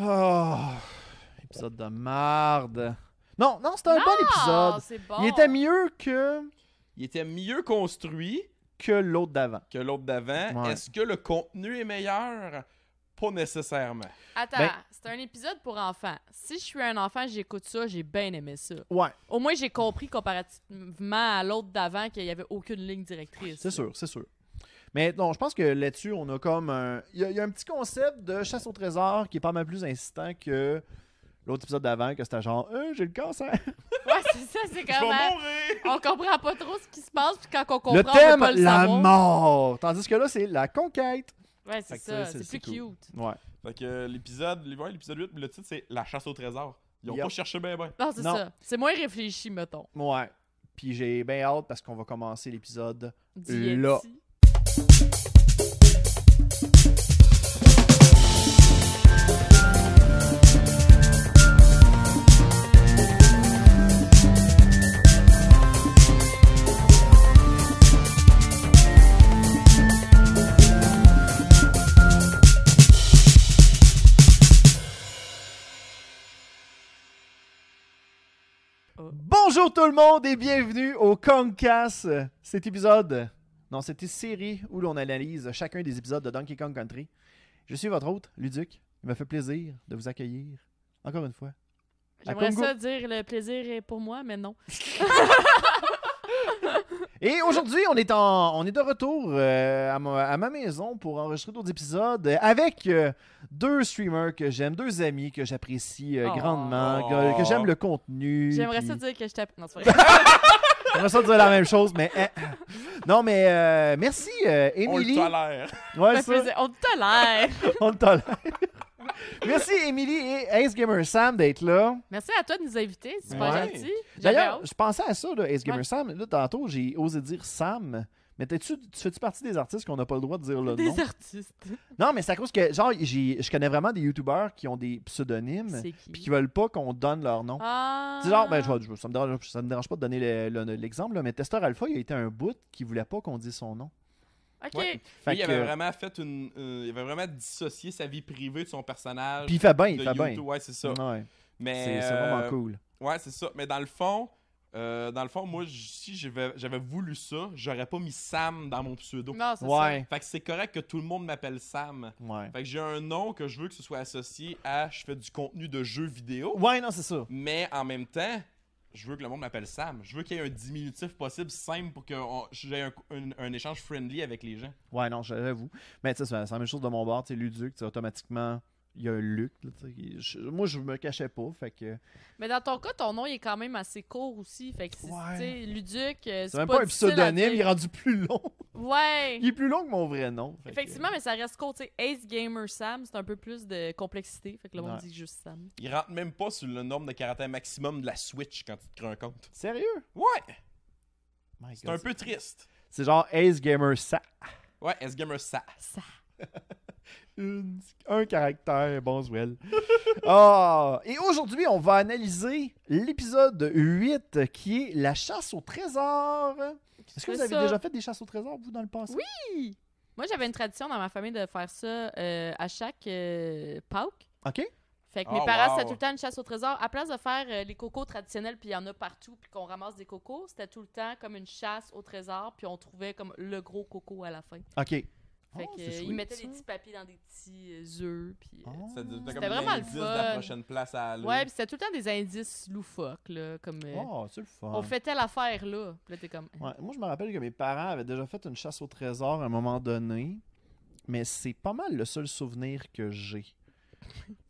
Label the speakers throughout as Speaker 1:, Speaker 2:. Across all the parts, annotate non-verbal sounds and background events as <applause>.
Speaker 1: Oh, épisode de marde. Non, non, c'était un bon épisode.
Speaker 2: c'est bon.
Speaker 1: Il était mieux que,
Speaker 3: Il était mieux construit
Speaker 1: que l'autre d'avant.
Speaker 3: que l'autre d'avant.
Speaker 1: Ouais.
Speaker 3: Est-ce que le contenu est meilleur? Pas nécessairement.
Speaker 2: Attends,
Speaker 1: Ben-
Speaker 2: c'est un épisode pour enfants. Si je suis un enfant, j'écoute ça, j'ai bien aimé ça.
Speaker 1: Ouais,
Speaker 2: Au moins, j'ai compris comparativement à l'autre d'avant qu'il n'y avait aucune ligne directrice.
Speaker 1: c'est sûr, c'est sûr. Mais non, je pense que là-dessus, on a comme un. Il y, a- il y a un petit concept de chasse au trésor qui est pas mal plus insistant que l'autre épisode d'avant, que c'était genre, Euh, j'ai le cancer.
Speaker 2: <laughs> Ouais, c'est ça, c'est
Speaker 3: Je vais
Speaker 2: quand même.
Speaker 3: mourir!
Speaker 2: On comprend pas trop ce qui se passe, puis quand on comprend,
Speaker 1: Le
Speaker 2: on peut
Speaker 1: thème,
Speaker 2: pas le
Speaker 1: la
Speaker 2: savoir.
Speaker 1: mort. Tandis que là, c'est la conquête.
Speaker 2: Ouais,
Speaker 3: Fait
Speaker 2: c'est
Speaker 3: que ça,
Speaker 2: ça,
Speaker 3: c'est-
Speaker 2: c'est plus
Speaker 3: c'est cool.
Speaker 2: cute.
Speaker 1: Ouais.
Speaker 3: Fait que euh, l'épisode, ouais, l'épisode 8, le titre c'est La chasse au trésor. Ils ont
Speaker 1: Yep.
Speaker 3: pas cherché ben ben.
Speaker 2: Non, c'est
Speaker 1: Non.
Speaker 2: ça. C'est moins réfléchi, mettons.
Speaker 1: Ouais. Puis j'ai bien hâte parce qu'on va commencer l'épisode.
Speaker 2: Dit
Speaker 1: Là.
Speaker 2: Yeti.
Speaker 1: Bonjour tout le monde et bienvenue au Concast. Euh, Cet épisode, non, cette série où l'on analyse chacun des épisodes de Donkey Kong Country. Je suis votre hôte, Luduc. Il me fait plaisir de vous accueillir encore une fois. À
Speaker 2: J'aimerais
Speaker 1: Congo.
Speaker 2: ça dire le plaisir est pour moi, mais non.
Speaker 1: Et aujourd'hui, on est en, on est de retour euh, à, ma, à ma maison pour enregistrer d'autres épisodes euh, avec euh, deux streamers que j'aime, deux amis que j'apprécie euh,
Speaker 2: Oh.
Speaker 1: grandement, que, que j'aime le contenu.
Speaker 2: J'aimerais ça
Speaker 1: puis-
Speaker 2: dire que je tape. Non,
Speaker 1: <laughs>
Speaker 2: c'est vrai.
Speaker 1: J'aimerais ça dire la même chose, mais hein. non, mais euh, merci euh,
Speaker 3: On le
Speaker 1: Émilie.
Speaker 3: tolère.
Speaker 1: Ouais,
Speaker 2: Ça
Speaker 1: ça,
Speaker 2: faisait- On te tolère.
Speaker 1: on le tolère. merci Émilie et Ace Gamer Sam d'être là.
Speaker 2: Merci à toi de nous inviter. C'est super
Speaker 1: Ouais.
Speaker 2: gentil. J'avais
Speaker 1: D'ailleurs,
Speaker 2: hâte.
Speaker 1: je pensais à ça, là, Ace Gamer
Speaker 2: Ouais.
Speaker 1: Sam. Là, tantôt, j'ai osé dire Sam. Mais t'es-tu, tu fais-tu partie des artistes qu'on n'a pas le droit de dire le nom?
Speaker 2: des artistes.
Speaker 1: Non, mais c'est à cause que, genre, j'ai- je connais vraiment des youtubeurs qui ont des pseudonymes
Speaker 2: C'est
Speaker 1: Hmm. puis
Speaker 2: qui?
Speaker 1: qui veulent pas qu'on donne leur nom.
Speaker 2: Ah.
Speaker 1: C'est genre, ben, je, vais- je- ça, me dérange, ça me dérange pas de donner le- le- l'exemple, là, mais Tester Alpha, il a été un bout qui voulait pas qu'on dise son nom.
Speaker 2: Ok.
Speaker 3: Ouais.
Speaker 1: Fait
Speaker 3: Lui, il
Speaker 1: que-
Speaker 3: avait vraiment fait une. euh, il avait vraiment dissocié sa vie privée de son personnage.
Speaker 1: Puis il fait bien, il
Speaker 3: de
Speaker 1: fait bien.
Speaker 3: YouTube. Ouais, c'est ça.
Speaker 1: Ouais.
Speaker 3: Mais,
Speaker 1: C'est c'est vraiment
Speaker 3: euh,
Speaker 1: cool.
Speaker 3: Ouais, c'est ça. Mais dans le fond, euh, dans le fond, moi, j- si j'avais j'avais voulu ça, j'aurais pas mis Sam dans mon pseudo.
Speaker 2: Non, c'est
Speaker 1: Ouais.
Speaker 3: Fait que c'est correct que tout le monde m'appelle Sam.
Speaker 1: Ouais.
Speaker 3: Fait que j'ai un nom que je veux que ce soit associé à je fais du contenu de jeux vidéo.
Speaker 1: Ouais, non, c'est ça.
Speaker 3: Mais en même temps, je veux que le monde m'appelle Sam. Je veux qu'il y ait un diminutif possible simple pour que on- j'ai un, un- un échange friendly avec les gens.
Speaker 1: Ouais, non, j'avoue. Mais tu sais, c'est c'est la même chose de mon bord. Tu sais, Luduc, tu sais, automatiquement, il y a un Luc. là, tu sais, il- je- moi, je me cachais pas. Fait que.
Speaker 2: ça. Mais dans ton cas, ton nom il est quand même assez court aussi. Fait que c'est
Speaker 1: Ouais.
Speaker 2: tu sais, Luduc. euh,
Speaker 1: C'est même pas, un
Speaker 2: difficile à
Speaker 1: pseudonyme, il est
Speaker 2: dire.
Speaker 1: rendu plus
Speaker 2: <laughs>
Speaker 1: long.
Speaker 2: Ouais.
Speaker 1: Il est plus long que mon vrai nom. fait que-
Speaker 2: Effectivement, mais ça reste court. Tu sais, Ace Gamer Sam, c'est un peu plus de complexité. Fait que le monde
Speaker 1: Ouais.
Speaker 2: dit juste Sam.
Speaker 3: Il rentre même pas sur le nombre de caractères maximum de la Switch quand tu te crées un compte.
Speaker 1: Sérieux?
Speaker 3: Ouais,
Speaker 1: My
Speaker 3: c'est
Speaker 1: God,
Speaker 3: un peu triste.
Speaker 1: C'est genre Ace Gamer ça.
Speaker 3: Ouais, S-Gamer, ça.
Speaker 2: Ça.
Speaker 1: Une- un caractère, bonsoir. <laughs> Ah, et aujourd'hui, on va analyser l'épisode 8 qui est la chasse au trésor. Est-ce que vous
Speaker 2: C'est
Speaker 1: avez
Speaker 2: ça.
Speaker 1: déjà fait des chasses au trésor, vous, dans le passé?
Speaker 2: Oui. Moi, j'avais une tradition dans ma famille de faire ça euh, à chaque euh, Pâques.
Speaker 1: OK?
Speaker 2: Fait
Speaker 1: Ah,
Speaker 2: que
Speaker 3: Oh,
Speaker 2: mes parents, c'était
Speaker 3: wow.
Speaker 2: tout le temps une chasse au trésor. À place de faire euh, les cocos traditionnels, puis il y en a partout, puis qu'on ramasse des cocos, c'était tout le temps comme une chasse au trésor, puis on trouvait comme le gros coco à la fin.
Speaker 1: OK.
Speaker 2: Fait
Speaker 1: Oh,
Speaker 2: que,
Speaker 1: c'est
Speaker 2: euh, ils
Speaker 1: sweet,
Speaker 2: mettaient
Speaker 1: ça.
Speaker 2: des petits papiers dans des petits euh, œufs, puis... euh,
Speaker 1: Oh.
Speaker 3: Ça devient comme
Speaker 2: C'était vraiment le
Speaker 3: l'indice de la
Speaker 2: fun.
Speaker 3: prochaine place à
Speaker 1: Ah.
Speaker 3: aller.
Speaker 2: Ouais, puis c'était tout le temps des indices loufoques, là, comme... euh,
Speaker 1: Oh, c'est le fun.
Speaker 2: On fait telle affaire, là. Puis là, t'es comme...
Speaker 1: Ouais, Moi, je me rappelle que mes parents avaient déjà fait une chasse au trésor à un moment donné, mais c'est pas mal le seul souvenir que j'ai.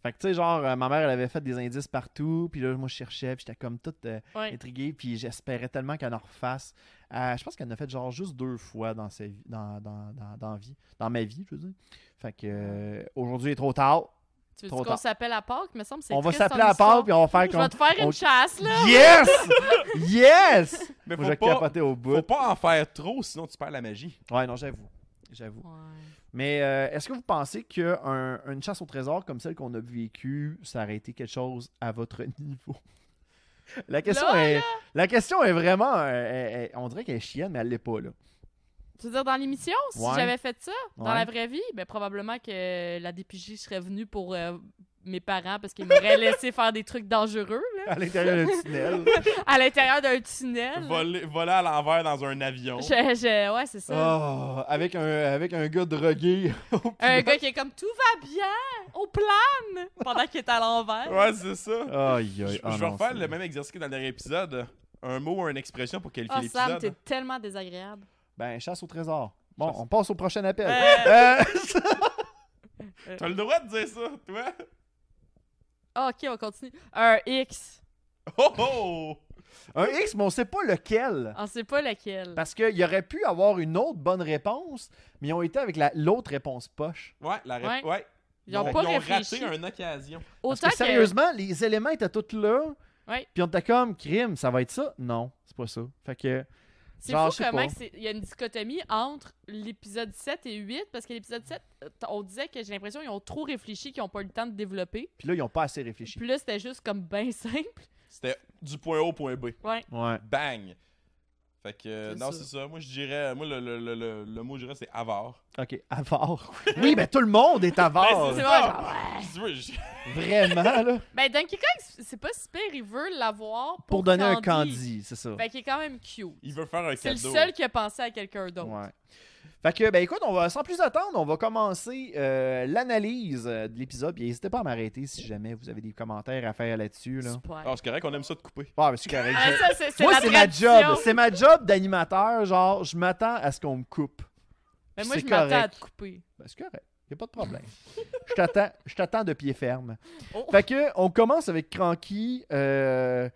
Speaker 1: Fait que, tu sais, genre, euh, ma mère, elle avait fait des indices partout, puis là, moi, je cherchais, puis j'étais comme toute euh,
Speaker 2: Ouais.
Speaker 1: intriguée, puis j'espérais tellement qu'elle en refasse. Euh, je pense qu'elle en a fait genre juste deux fois dans, sa vie, dans, dans, dans, dans vie, dans ma vie, je veux dire. Fait que, euh, aujourd'hui, il est trop tard.
Speaker 2: Tu veux
Speaker 1: Trop
Speaker 2: qu'on
Speaker 1: tard.
Speaker 2: s'appelle à Pâques? Me semble que c'est
Speaker 1: On va
Speaker 2: triste, ton
Speaker 1: s'appeler à part,
Speaker 2: histoire.
Speaker 1: puis on va faire
Speaker 2: Je vais
Speaker 1: comme.
Speaker 2: te faire
Speaker 1: on-
Speaker 2: une chasse, là!
Speaker 1: Yes!
Speaker 2: <laughs>
Speaker 1: Yes!
Speaker 3: Mais
Speaker 1: Moi,
Speaker 3: faut
Speaker 1: j'ai
Speaker 3: pas,
Speaker 1: capoté au bout.
Speaker 3: faut pas en faire trop, sinon tu perds la magie.
Speaker 1: Ouais, non, j'avoue. J'avoue.
Speaker 2: Ouais.
Speaker 1: Mais euh, est-ce que vous pensez qu'une chasse au trésor comme celle qu'on a vécue, ça aurait été quelque chose à votre <laughs> niveau? La question,
Speaker 2: Là,
Speaker 1: est, La question est vraiment. euh, elle- elle- on dirait qu'elle est chienne, mais elle l'est pas, là.
Speaker 2: Tu veux dire dans l'émission, si
Speaker 1: Ouais.
Speaker 2: j'avais fait ça, dans
Speaker 1: Ouais.
Speaker 2: la vraie vie, ben probablement que la DPJ serait venue pour euh, mes parents parce qu'ils m'auraient <laughs> laissé faire des trucs dangereux là,
Speaker 1: à l'intérieur du
Speaker 2: <laughs>
Speaker 1: tunnel.
Speaker 2: à l'intérieur d'un tunnel.
Speaker 3: Voler, voler à l'envers dans un avion.
Speaker 2: Ah, Je- je- ouais, c'est ça.
Speaker 1: Oh, avec, un, avec un gars drogué. au
Speaker 2: Un
Speaker 1: pilote.
Speaker 2: gars qui est comme tout va bien, on plane pendant qu'il est à l'envers.
Speaker 3: Ouais, c'est ça.
Speaker 1: Aïe,
Speaker 3: Je,
Speaker 1: aïe, ah
Speaker 3: je vais
Speaker 1: non,
Speaker 3: refaire
Speaker 1: c'est-
Speaker 3: le même exercice que dans le dernier épisode. Un mot ou une expression pour qualifier
Speaker 2: Oh Sam, t'es
Speaker 3: l'épisode.
Speaker 2: tellement désagréable.
Speaker 1: Ben, chasse au trésor. Bon,
Speaker 3: Chasse-
Speaker 1: on passe au prochain appel.
Speaker 2: Euh.
Speaker 1: Euh,
Speaker 3: T'as le droit de dire ça, toi? <laughs>
Speaker 2: Ah, ok, on continue. Un X.
Speaker 3: Oh oh!
Speaker 1: un X, mais on sait pas lequel.
Speaker 2: On sait pas lequel.
Speaker 1: Parce qu'il aurait pu avoir une autre bonne réponse, mais ils ont été avec la- l'autre réponse poche.
Speaker 3: Ouais, la ré-
Speaker 2: Ouais.
Speaker 3: ouais.
Speaker 2: Ils ont pas réfléchi.
Speaker 3: raté une occasion.
Speaker 1: Parce
Speaker 2: Autant
Speaker 1: que
Speaker 2: que.
Speaker 1: sérieusement, les éléments étaient tous là.
Speaker 2: Ouais.
Speaker 1: Puis on était comme, crime, ça va être ça? Non, c'est pas ça. Fait que,
Speaker 2: C'est
Speaker 1: Genre, je sais
Speaker 2: fou
Speaker 1: pas.
Speaker 2: comment que c'est- il y a une dichotomie entre l'épisode 7 et 8, parce que l'épisode 7, euh, on disait que j'ai l'impression qu'ils ont trop réfléchi, qu'ils n'ont pas eu le temps de développer.
Speaker 1: puis là, ils ont pas assez réfléchi.
Speaker 2: Puis là, c'était juste comme ben simple.
Speaker 3: C'était du point A au point B.
Speaker 1: Ouais.
Speaker 3: Bang! Fait que, euh,
Speaker 2: C'est
Speaker 3: non,
Speaker 2: ça.
Speaker 3: c'est ça. Moi, je dirais, moi, le, le, le, le, le mot, que je dirais, c'est avare.
Speaker 1: OK, avare. <laughs> Oui, mais tout le monde est avare.
Speaker 3: Ben,
Speaker 2: C'est
Speaker 3: c'est
Speaker 2: vrai,
Speaker 3: ça.
Speaker 2: genre, ouais.
Speaker 3: Si <laughs> tu veux, je-
Speaker 1: Vraiment, là.
Speaker 2: Ben, Donkey Kong, c'est- c'est pas super, il veut l'avoir pour,
Speaker 1: Oh. Pour donner un candy, c'est ça.
Speaker 2: Fait qu'il est quand même cute.
Speaker 3: Il veut faire un
Speaker 2: C'est le
Speaker 3: cadeau.
Speaker 2: seul qui a pensé à quelqu'un d'autre.
Speaker 1: Ouais. Fait que, ben écoute, on va, sans plus attendre, on va commencer euh, l'analyse euh, de l'épisode. Puis n'hésitez pas à m'arrêter si jamais vous avez des commentaires à faire là-dessus. Là.
Speaker 2: Super.
Speaker 3: Ah, c'est correct qu'on aime ça de couper.
Speaker 1: Ah, mais c'est correct.
Speaker 2: Ah,
Speaker 1: je-
Speaker 2: ça, c'est- c'est
Speaker 1: Moi,
Speaker 2: la
Speaker 1: c'est ma
Speaker 2: tradition.
Speaker 1: job. C'est ma job d'animateur. Genre, je m'attends à ce qu'on me coupe.
Speaker 2: Mais Ben, moi,
Speaker 1: c'est
Speaker 2: je m'attends à
Speaker 1: correct.
Speaker 2: te couper.
Speaker 1: Ben, c'est correct. Y a pas de problème. je t'attends, je t'attends de pied ferme.
Speaker 2: Oh.
Speaker 1: Fait que, on commence avec Cranky euh,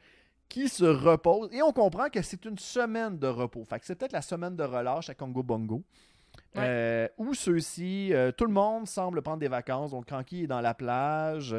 Speaker 1: qui se repose et on comprend que c'est une semaine de repos. Fait que c'est peut-être la semaine de relâche à Congo Bongo.
Speaker 2: Ouais.
Speaker 1: Euh, où ceux-ci, euh, tout le monde semble prendre des vacances. Donc, Cranky est dans la plage.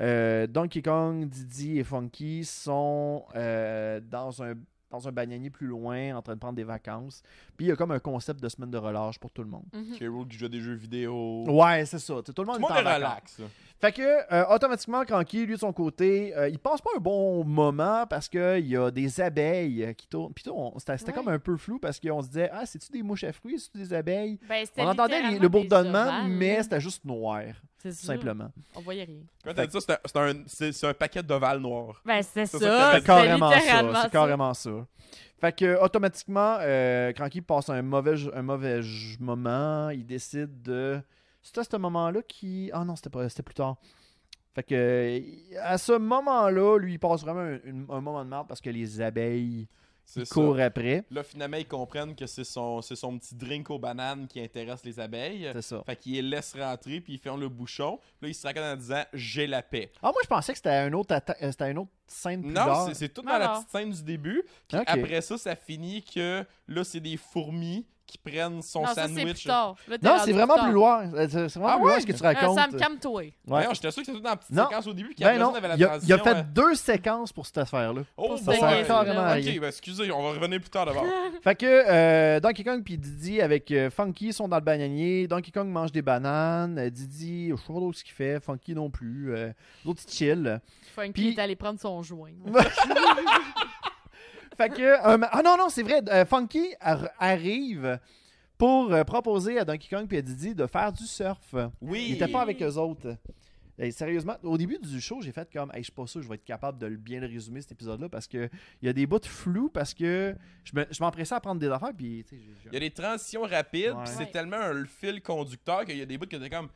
Speaker 1: Euh, Donkey Kong, Didi et Funky sont euh, dans un dans un bananier plus loin, en train de prendre des vacances. Puis il y a comme un concept de semaine de relâche pour tout le monde.
Speaker 2: Mhm.
Speaker 3: K-Rool qui joue à des jeux vidéo.
Speaker 1: Ouais, c'est ça. Tout le monde
Speaker 3: Tout
Speaker 1: est
Speaker 3: le monde
Speaker 1: en
Speaker 3: est
Speaker 1: vacances.
Speaker 3: relax.
Speaker 1: Fait que, euh, automatiquement, Cranky, lui, de son côté, euh, il passe pas un bon moment parce qu'il y a des abeilles euh, qui tournent. Puis on- c'était c'était
Speaker 2: Ouais.
Speaker 1: comme un peu flou parce qu'on se disait, ah, c'est-tu des mouches à fruits, c'est-tu des abeilles?
Speaker 2: Ben, c'était
Speaker 1: On entendait les-
Speaker 2: littéralement
Speaker 1: le
Speaker 2: des Mm.
Speaker 1: bourdonnement,
Speaker 2: ovales,
Speaker 1: mais
Speaker 2: là.
Speaker 1: c'était juste noir, tout
Speaker 2: C'est ça.
Speaker 1: simplement.
Speaker 2: On voyait rien.
Speaker 3: Quand t'as dit ça, c'était- c'était un- c'est c'est un paquet d'ovales noirs.
Speaker 2: Ben, c'est
Speaker 3: C'est
Speaker 2: ça.
Speaker 3: ça,
Speaker 2: C'est
Speaker 1: C'est carrément
Speaker 2: littéralement
Speaker 1: ça. C'est carrément ça. Fait que, automatiquement, euh, Cranky passe un mauvais, un mauvais moment. Il décide de. C'était à ce moment-là qui. Ah non, c'était pas- c'était plus tard. Fait que, à ce moment-là, lui, il passe vraiment un, une- un moment de merde parce que les abeilles
Speaker 3: C'est ça.
Speaker 1: courent après.
Speaker 3: Là, finalement, ils comprennent que c'est son, c'est son petit drink aux bananes qui intéresse les abeilles.
Speaker 1: C'est ça.
Speaker 3: Fait qu'il les laisse rentrer, puis ils ferment le bouchon. Puis Là, ils se racontent en disant « J'ai la paix
Speaker 1: Ah, moi, je pensais que c'était un autre atta- euh, c'était une autre ». scène plus
Speaker 3: Non,
Speaker 1: tard.
Speaker 3: c'est- c'est tout dans la
Speaker 2: Alors.
Speaker 3: petite scène du début.
Speaker 1: Ok.
Speaker 3: Après ça, ça finit que là, c'est des fourmis qui prennent son
Speaker 2: Non, ça, c'est plus
Speaker 3: sandwich.
Speaker 2: tard. Là, t'es
Speaker 1: Non,
Speaker 2: rendu
Speaker 1: c'est
Speaker 2: plus
Speaker 1: vraiment
Speaker 2: tard.
Speaker 1: plus loin. Euh, C'est c'est vraiment
Speaker 3: Ah
Speaker 1: plus loin
Speaker 3: ouais?
Speaker 1: ce que tu
Speaker 2: Euh,
Speaker 1: racontes.
Speaker 2: Sam, calme-toi.
Speaker 1: Ouais.
Speaker 3: Voyons, j'étais sûr que c'était tout dans la petite
Speaker 1: Non.
Speaker 3: séquence au début. Puis
Speaker 1: Ben
Speaker 3: après
Speaker 1: non,
Speaker 3: ça, on avait la
Speaker 1: il a, il a
Speaker 3: transition euh.
Speaker 1: fait
Speaker 3: à-
Speaker 1: deux séquences pour cette affaire-là.
Speaker 3: Oh,
Speaker 2: Pour
Speaker 1: Ça
Speaker 2: Ouais.
Speaker 1: sert
Speaker 3: boy!
Speaker 2: Ouais.
Speaker 1: carrément à rien.
Speaker 3: Ok, ben excusez, on va revenir plus
Speaker 2: <laughs>
Speaker 3: tard d'abord.
Speaker 1: Fait que euh, Donkey Kong puis Didi avec euh, Funky sont dans le bananier. Donkey Kong mange des bananes. Euh, Didi, je sais pas trop ce qu'il fait. Funky non plus. Euh, L'autre il chill.
Speaker 2: Funky
Speaker 1: Puis-
Speaker 2: est allé prendre son joint.
Speaker 1: Fait que euh, ma- ah non non c'est vrai. euh, Funky ar- arrive pour euh, proposer à Donkey Kong puis à Didi de faire du surf.
Speaker 3: Oui.
Speaker 1: Il était pas avec eux autres. Et sérieusement, au début du show, j'ai fait comme, hey, je suis pas sûr que je vais être capable de le- bien le résumer cet épisode-là parce que il y a des bouts flous parce que je me- je m'empressais à prendre des affaires puis tu sais, j'ai- j'ai-
Speaker 3: Il y a des transitions rapides,
Speaker 1: Ouais.
Speaker 3: puis c'est
Speaker 2: Ouais.
Speaker 3: tellement un fil conducteur qu'il y a des bouts que t'es comme.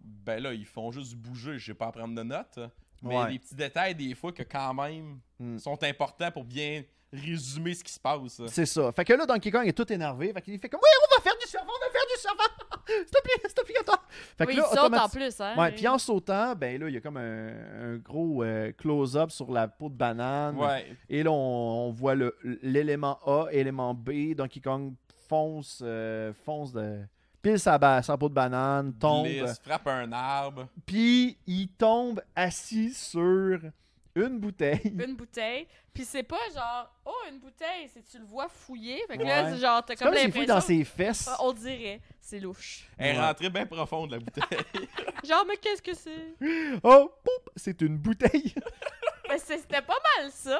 Speaker 3: Ben là, ils font juste bouger, j'ai pas à prendre de notes. hein. Mais il y a
Speaker 1: Ouais.
Speaker 3: des petits détails, des fois, que quand même
Speaker 1: Mm.
Speaker 3: sont importants pour bien résumer ce qui se passe. hein.
Speaker 1: C'est ça. Fait que là, Donkey Kong est tout énervé. Fait qu'il fait comme, oui, on va faire du surf, on va faire du surf. <laughs> S'il te plaît, c'est obligatoire. Fait que
Speaker 2: Oui,
Speaker 1: là,
Speaker 2: il saute en
Speaker 1: automati-
Speaker 2: plus, hein.
Speaker 1: Ouais, puis en sautant, ben là, il y a comme un, un gros euh, close-up sur la peau de banane.
Speaker 3: Ouais.
Speaker 1: Et là, on, on voit le- l'élément A, élément B. Donkey Kong fonce, euh, fonce de. Pile sa, ba- sa peau de banane, tombe.
Speaker 3: Glisse, frappe un arbre.
Speaker 1: Puis il tombe assis sur une bouteille.
Speaker 2: Une bouteille. Puis c'est pas genre, oh, une bouteille, c'est tu le vois fouiller. Fait que
Speaker 1: Ouais.
Speaker 2: là, c'est genre, t'as
Speaker 1: C'est comme
Speaker 2: comme
Speaker 1: s'il fouille dans
Speaker 2: l'impression.
Speaker 1: ses fesses.
Speaker 2: Ah, On dirait, c'est louche.
Speaker 3: Elle est
Speaker 1: Ouais.
Speaker 3: rentrée bien profonde, la bouteille. <laughs>
Speaker 2: Genre, mais qu'est-ce que c'est?
Speaker 1: Oh, poup, c'est une bouteille.
Speaker 2: Ben, mais c'est- c'était pas mal ça.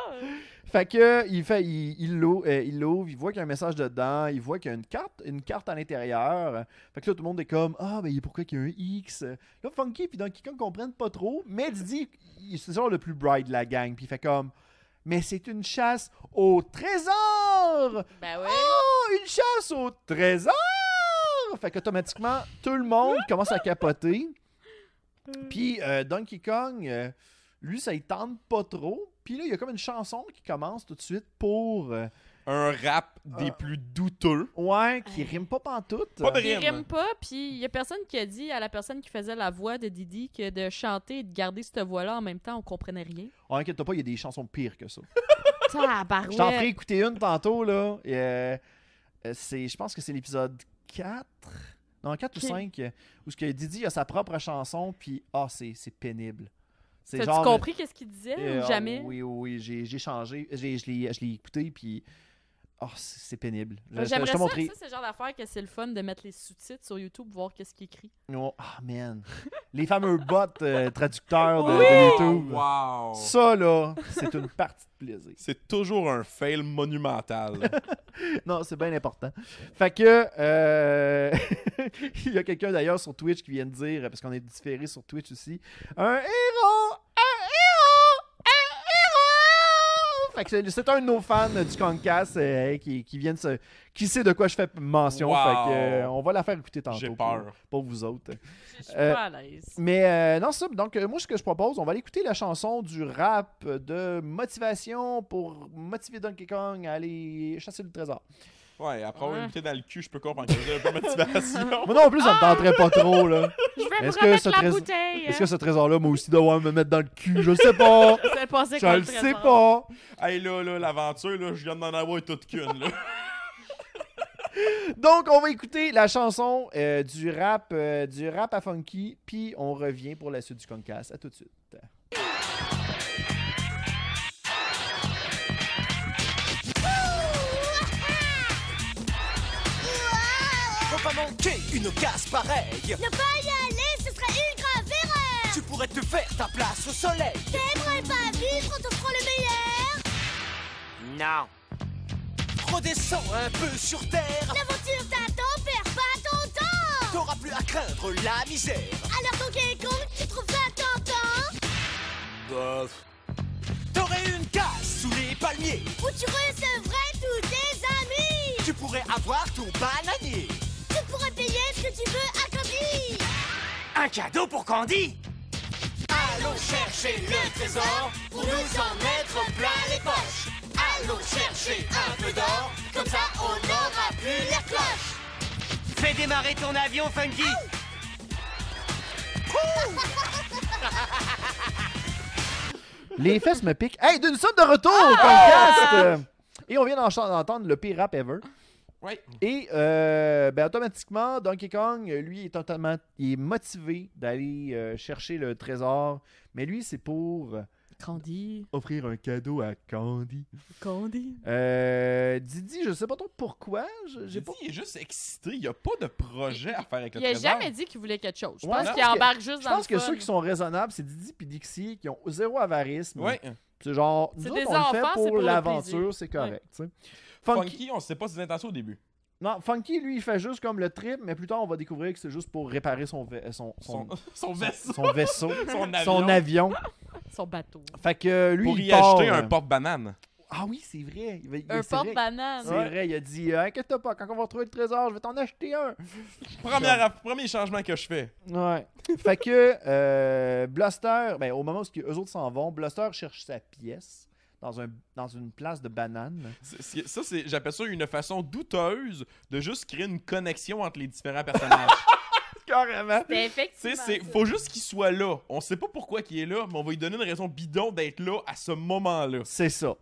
Speaker 1: Fait que il fait, il il l'ou- euh, il l'ouvre, il, voit qu'il y a un message dedans, il voit qu'il y a une carte, une carte à l'intérieur. Fait que là tout le monde est comme ah ben pourquoi qu'il y a un X. Là Funky puis Donkey Kong comprennent pas trop, mais Didi il- c'est genre le plus bright de la gang puis il fait comme mais c'est une chasse au trésor.
Speaker 2: Ben ouais.
Speaker 1: Oh une chasse au trésor. Fait qu'automatiquement tout le monde commence à capoter. Puis euh, Donkey Kong, euh, lui, ça il tente pas trop. Puis là, il y a comme une chanson qui commence tout de suite pour. euh,
Speaker 3: Un rap des
Speaker 1: Ah.
Speaker 3: plus douteux.
Speaker 1: ouais, qui rime pas pantoute.
Speaker 3: Pas de-
Speaker 2: Il
Speaker 3: Rime.
Speaker 2: rime pas, puis il y a personne qui a dit à la personne qui faisait la voix de Didi que de chanter et de garder cette voix-là en même temps, on comprenait rien.
Speaker 1: Oh, inquiète pas, il y a des chansons pires que ça.
Speaker 2: Ah
Speaker 1: Je t'en ferai
Speaker 2: Tabarouette!
Speaker 1: écouter une tantôt, là. Et, euh, euh, c'est, je pense que c'est l'épisode 4. Non, 4
Speaker 2: Ok.
Speaker 1: ou 5. euh, Où ce que Didi a sa propre chanson, puis ah, c'est, c'est pénible. C'est
Speaker 2: T'as-tu
Speaker 1: genre,
Speaker 2: compris qu'est-ce qu'il disait
Speaker 1: euh,
Speaker 2: ou
Speaker 1: ah,
Speaker 2: jamais?
Speaker 1: Oui, oui, oui, j'ai, j'ai changé. J'ai- je, l'ai, je l'ai écouté, puis. Ah, c'est, c'est pénible. Je, je- je
Speaker 2: J'aimerais
Speaker 1: te
Speaker 2: ça,
Speaker 1: montrerai.
Speaker 2: ça c'est le genre d'affaire que c'est le fun de mettre les sous-titres sur YouTube, voir qu'est-ce qu'il écrit.
Speaker 1: Oh, ah, man. Les fameux bots euh, traducteurs de, de YouTube.
Speaker 3: Wow!
Speaker 1: Ça, là, c'est une partie de plaisir.
Speaker 3: C'est toujours un fail monumental.
Speaker 1: Non, c'est bien important. Fait que, euh, <laughs> il y a quelqu'un d'ailleurs sur Twitch qui vient de dire, parce qu'on est différé sur Twitch aussi, un héros, un héros, un héros. Fait que c'est- c'est un de nos fans du Concast euh, qui, qui vient de se. qui sait de quoi je fais mention.
Speaker 3: Wow.
Speaker 1: Fait que, euh, on va la faire écouter <laughs> tantôt.
Speaker 3: J'ai
Speaker 1: pour-
Speaker 3: peur.
Speaker 1: Pour, vous autres.
Speaker 2: Je suis
Speaker 1: Euh,
Speaker 2: pas à l'aise.
Speaker 1: Mais euh, non, c'est ça. Donc, euh, moi, ce que je propose, on va aller écouter la chanson du rap de motivation pour motiver Donkey Kong à aller chasser le trésor.
Speaker 3: Ouais, après avoir
Speaker 2: Ouais.
Speaker 3: une bouteille dans le cul, je peux comprendre que j'ai un peu de motivation.
Speaker 1: Moi non plus, ça me
Speaker 2: Ah!
Speaker 1: tenterait pas trop,
Speaker 2: <laughs>
Speaker 1: là.
Speaker 2: Je vais me
Speaker 1: est-ce que
Speaker 2: remettre
Speaker 1: ce
Speaker 2: la
Speaker 1: trésor-
Speaker 2: bouteille! hein.
Speaker 1: Est-ce que ce trésor-là m'a aussi devoir me mettre dans le cul? Je le sais pas!
Speaker 2: Je sais pas <laughs> c'est
Speaker 1: Je
Speaker 2: quoi
Speaker 1: le
Speaker 2: trésor.
Speaker 1: sais pas!
Speaker 3: hey là, là, l'aventure, là, je viens d'en avoir toute qu'une, là.
Speaker 1: Donc, on va écouter la chanson euh, du rap euh, du rap à Funky, puis on revient pour la suite du Concast. À tout de suite.
Speaker 4: Faut pas manquer une case pareille.
Speaker 5: Ne pas y aller, ce serait une grave erreur
Speaker 4: Tu pourrais te faire ta place au soleil.
Speaker 5: T'aimerais pas vivre, on te prend le meilleur
Speaker 4: Non. Redescends un peu sur terre.
Speaker 5: L'aventure t'attend, perds pas ton temps
Speaker 4: T'auras plus à craindre la misère.
Speaker 5: Alors Donkey Kong, tu trouves ça tentant
Speaker 4: T'aurais une case sous les palmiers.
Speaker 5: Où tu recevrais tous tes amis
Speaker 4: Tu pourrais avoir ton bananier.
Speaker 5: Tu pourrais payer ce que tu veux à Candy
Speaker 4: Un cadeau pour Candy. Allons chercher le trésor pour nous en mettre plein les poches. Allons chercher un peu d'or, comme ça on n'aura plus l'air cloche. Fais démarrer ton avion, Funky.
Speaker 1: Les fesses me piquent. Hey, nous sommes de retour au
Speaker 2: Ah!
Speaker 1: Concast! Euh, Et on vient d'en- d'entendre le pire rap ever.
Speaker 3: Ouais.
Speaker 1: Et euh, ben, automatiquement, Donkey Kong, euh, lui, est totalement il est motivé d'aller euh, chercher le trésor. Mais lui, c'est pour euh,
Speaker 2: Candy,
Speaker 1: offrir un cadeau à Candy.
Speaker 2: Candy.
Speaker 1: Euh, Didi, je sais pas trop pourquoi. je- <laughs>
Speaker 3: J'ai
Speaker 1: J'ai
Speaker 3: dit,
Speaker 1: pas.
Speaker 3: il est juste excité. Il n'y a pas de projet à faire avec le
Speaker 2: Il a
Speaker 3: trésor.
Speaker 2: jamais dit qu'il voulait quelque chose. Je
Speaker 1: Ouais,
Speaker 2: pense
Speaker 1: non,
Speaker 2: qu'il
Speaker 1: parce que-
Speaker 2: embarque juste
Speaker 1: Je
Speaker 2: dans
Speaker 1: pense
Speaker 2: le
Speaker 1: que
Speaker 2: fun.
Speaker 1: ceux qui sont raisonnables, c'est Didi puis Dixie qui ont zéro avarisme.
Speaker 3: Ouais.
Speaker 1: C'est genre, nous
Speaker 2: C'est
Speaker 1: autres,
Speaker 2: des
Speaker 1: on le fait
Speaker 2: enfants, c'est
Speaker 1: pour,
Speaker 2: pour le
Speaker 1: l'aventure,
Speaker 2: plaisir.
Speaker 1: c'est correct. tu sais.
Speaker 3: Funky,
Speaker 1: Funky,
Speaker 3: on sait pas ses intentions au début.
Speaker 1: non, Funky, lui, il fait juste comme le trip, mais plus tard, on va découvrir que c'est juste pour réparer son, ve- euh, son,
Speaker 3: Son, <laughs>
Speaker 1: son,
Speaker 3: son vaisseau.
Speaker 1: son vaisseau,
Speaker 3: <laughs> Son avion.
Speaker 1: son avion.
Speaker 2: Son bateau.
Speaker 1: Fait que lui,
Speaker 3: Pour
Speaker 1: il
Speaker 3: y
Speaker 1: part,
Speaker 3: acheter
Speaker 1: euh,
Speaker 3: un porte-banane.
Speaker 1: Ah oui, c'est vrai. Il va- il-
Speaker 2: Un
Speaker 1: c'est vrai.
Speaker 2: porte-banane.
Speaker 1: C'est vrai, il a dit euh, Inquiète-toi pas, quand on va retrouver le trésor, je vais t'en acheter un.
Speaker 3: Première aff- premier changement que je fais.
Speaker 1: Ouais. fait que euh, Blaster, ben, au moment où eux autres s'en vont, Blaster cherche sa pièce dans, un, dans une place de banane.
Speaker 3: C'est- c'est- ça, c'est, j'appelle ça une façon douteuse de juste créer une connexion entre les différents
Speaker 2: <laughs>
Speaker 3: personnages.
Speaker 1: Carrément.
Speaker 2: C'est
Speaker 3: Tu sais,
Speaker 2: Ben, effectivement.
Speaker 3: c'est,
Speaker 2: ça.
Speaker 3: faut juste qu'il soit là. On sait pas pourquoi qu'il est là, mais on va lui donner une raison bidon d'être là à ce moment-là.
Speaker 1: C'est ça.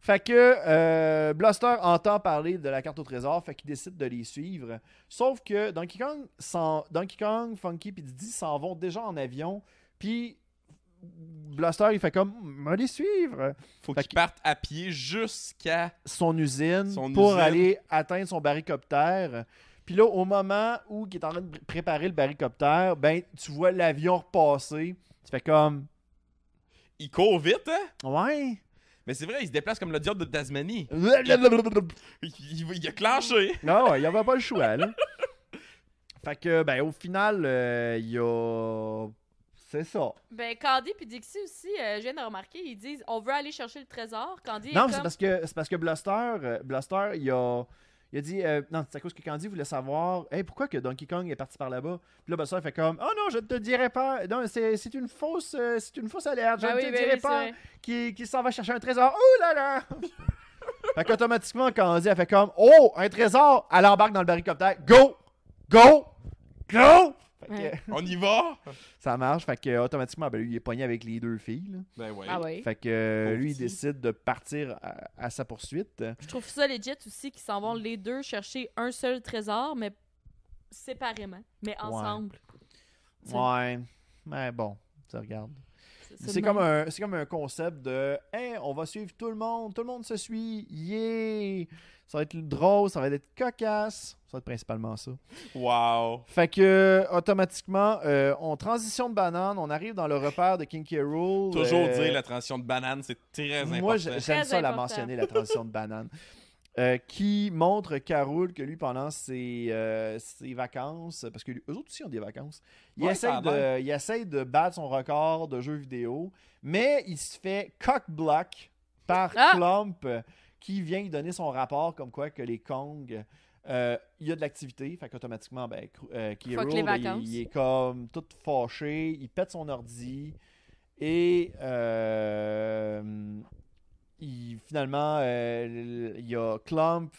Speaker 1: Fait que euh, Blaster entend parler de la carte au trésor, fait qu'il décide de les suivre. Sauf que Donkey Kong, s'en- Donkey Kong Funky puis Didi s'en vont déjà en avion, puis Blaster il fait comme va les suivre.
Speaker 3: Faut
Speaker 1: Fait
Speaker 3: qu'il
Speaker 1: que-
Speaker 3: parte à pied jusqu'à
Speaker 1: son usine
Speaker 3: Son
Speaker 1: pour
Speaker 3: usine.
Speaker 1: aller atteindre son barricoptère. Puis là, au moment où il est en train de pr- préparer le barricoptère, ben tu vois l'avion repasser. Tu fais comme
Speaker 3: il court vite, hein? <laughs>
Speaker 1: Ouais.
Speaker 3: Mais c'est vrai, il se déplace comme le diable de Tasmanie.
Speaker 1: Ah
Speaker 3: Il, il, il a clenché.
Speaker 1: ouais, il n'y avait pas le choix, là. Fait que, ben, au final, euh, il y a. C'est ça.
Speaker 2: Ben, Candy puis Dixie aussi, euh, je viens de remarquer, ils disent on veut aller chercher le trésor. Candy
Speaker 1: Non,
Speaker 2: est
Speaker 1: c'est
Speaker 2: comme.
Speaker 1: parce que c'est parce que Blaster, euh, Blaster, il a, il a dit euh, non, c'est à cause que Candy voulait savoir, hey, pourquoi que Donkey Kong est parti par là-bas. Puis là, Blaster fait comme, oh non, je ne te dirai pas. Non, c'est c'est une fausse, euh, c'est une fausse alerte. Je
Speaker 2: Ben
Speaker 1: ne
Speaker 2: oui,
Speaker 1: te
Speaker 2: ben
Speaker 1: dirai
Speaker 2: oui,
Speaker 1: pas
Speaker 2: c'est vrai.
Speaker 1: qui qui s'en va chercher un trésor. Oh là là. <laughs> fait qu'automatiquement, Candy a fait comme, oh, un trésor. Elle embarque dans le barricoptère. Go, go, go. Fait que, euh,
Speaker 2: Ouais.
Speaker 3: On y va?
Speaker 1: <laughs> ça marche. Fait que euh, automatiquement, ben, lui, il est pogné avec les deux filles. là.
Speaker 3: Ben ouais.
Speaker 2: Ah oui.
Speaker 1: Fait que euh,
Speaker 3: Pauvre
Speaker 1: lui, il
Speaker 3: petit.
Speaker 1: décide de partir à- à sa poursuite.
Speaker 2: Je trouve ça legit aussi qu'ils s'en vont les deux chercher un seul trésor, mais séparément, mais ensemble. Tu sais,
Speaker 1: Ouais, mais bon, tu regardes. C'est
Speaker 2: de
Speaker 1: comme
Speaker 2: même.
Speaker 1: un, c'est comme un concept de, hey, on va suivre tout le monde, tout le monde se suit, yeah, ça va être drôle, ça va être cocasse, ça va être principalement ça.
Speaker 3: Wow.
Speaker 1: Fait que automatiquement, euh, on transition de banane, on arrive dans le repère de Kinky Rule.
Speaker 3: Toujours
Speaker 1: euh,
Speaker 3: dire la transition de banane, c'est très important.
Speaker 1: Moi, j'ai- j'aime
Speaker 2: Très
Speaker 1: ça la
Speaker 2: important.
Speaker 1: mentionner, la transition de banane. Euh, qui montre Carole que lui, pendant ses, euh, ses vacances, parce que lui- eux autres aussi ont des vacances, il,
Speaker 3: Ouais,
Speaker 1: essaye
Speaker 3: quand même.
Speaker 1: de, il essaye de battre son record de jeux vidéo, mais il se fait cock-block par
Speaker 2: Ah!
Speaker 1: Clump, euh, qui vient lui donner son rapport comme quoi que les Kong, euh, il y a de l'activité, fait qu'automatiquement, ben, Cru- euh, Key
Speaker 2: Fuck
Speaker 1: Rule,
Speaker 2: les
Speaker 1: ben, il-
Speaker 2: vacances.
Speaker 1: il, est comme tout fâché, il pète son ordi, et euh, il- finalement, euh, il y a Clump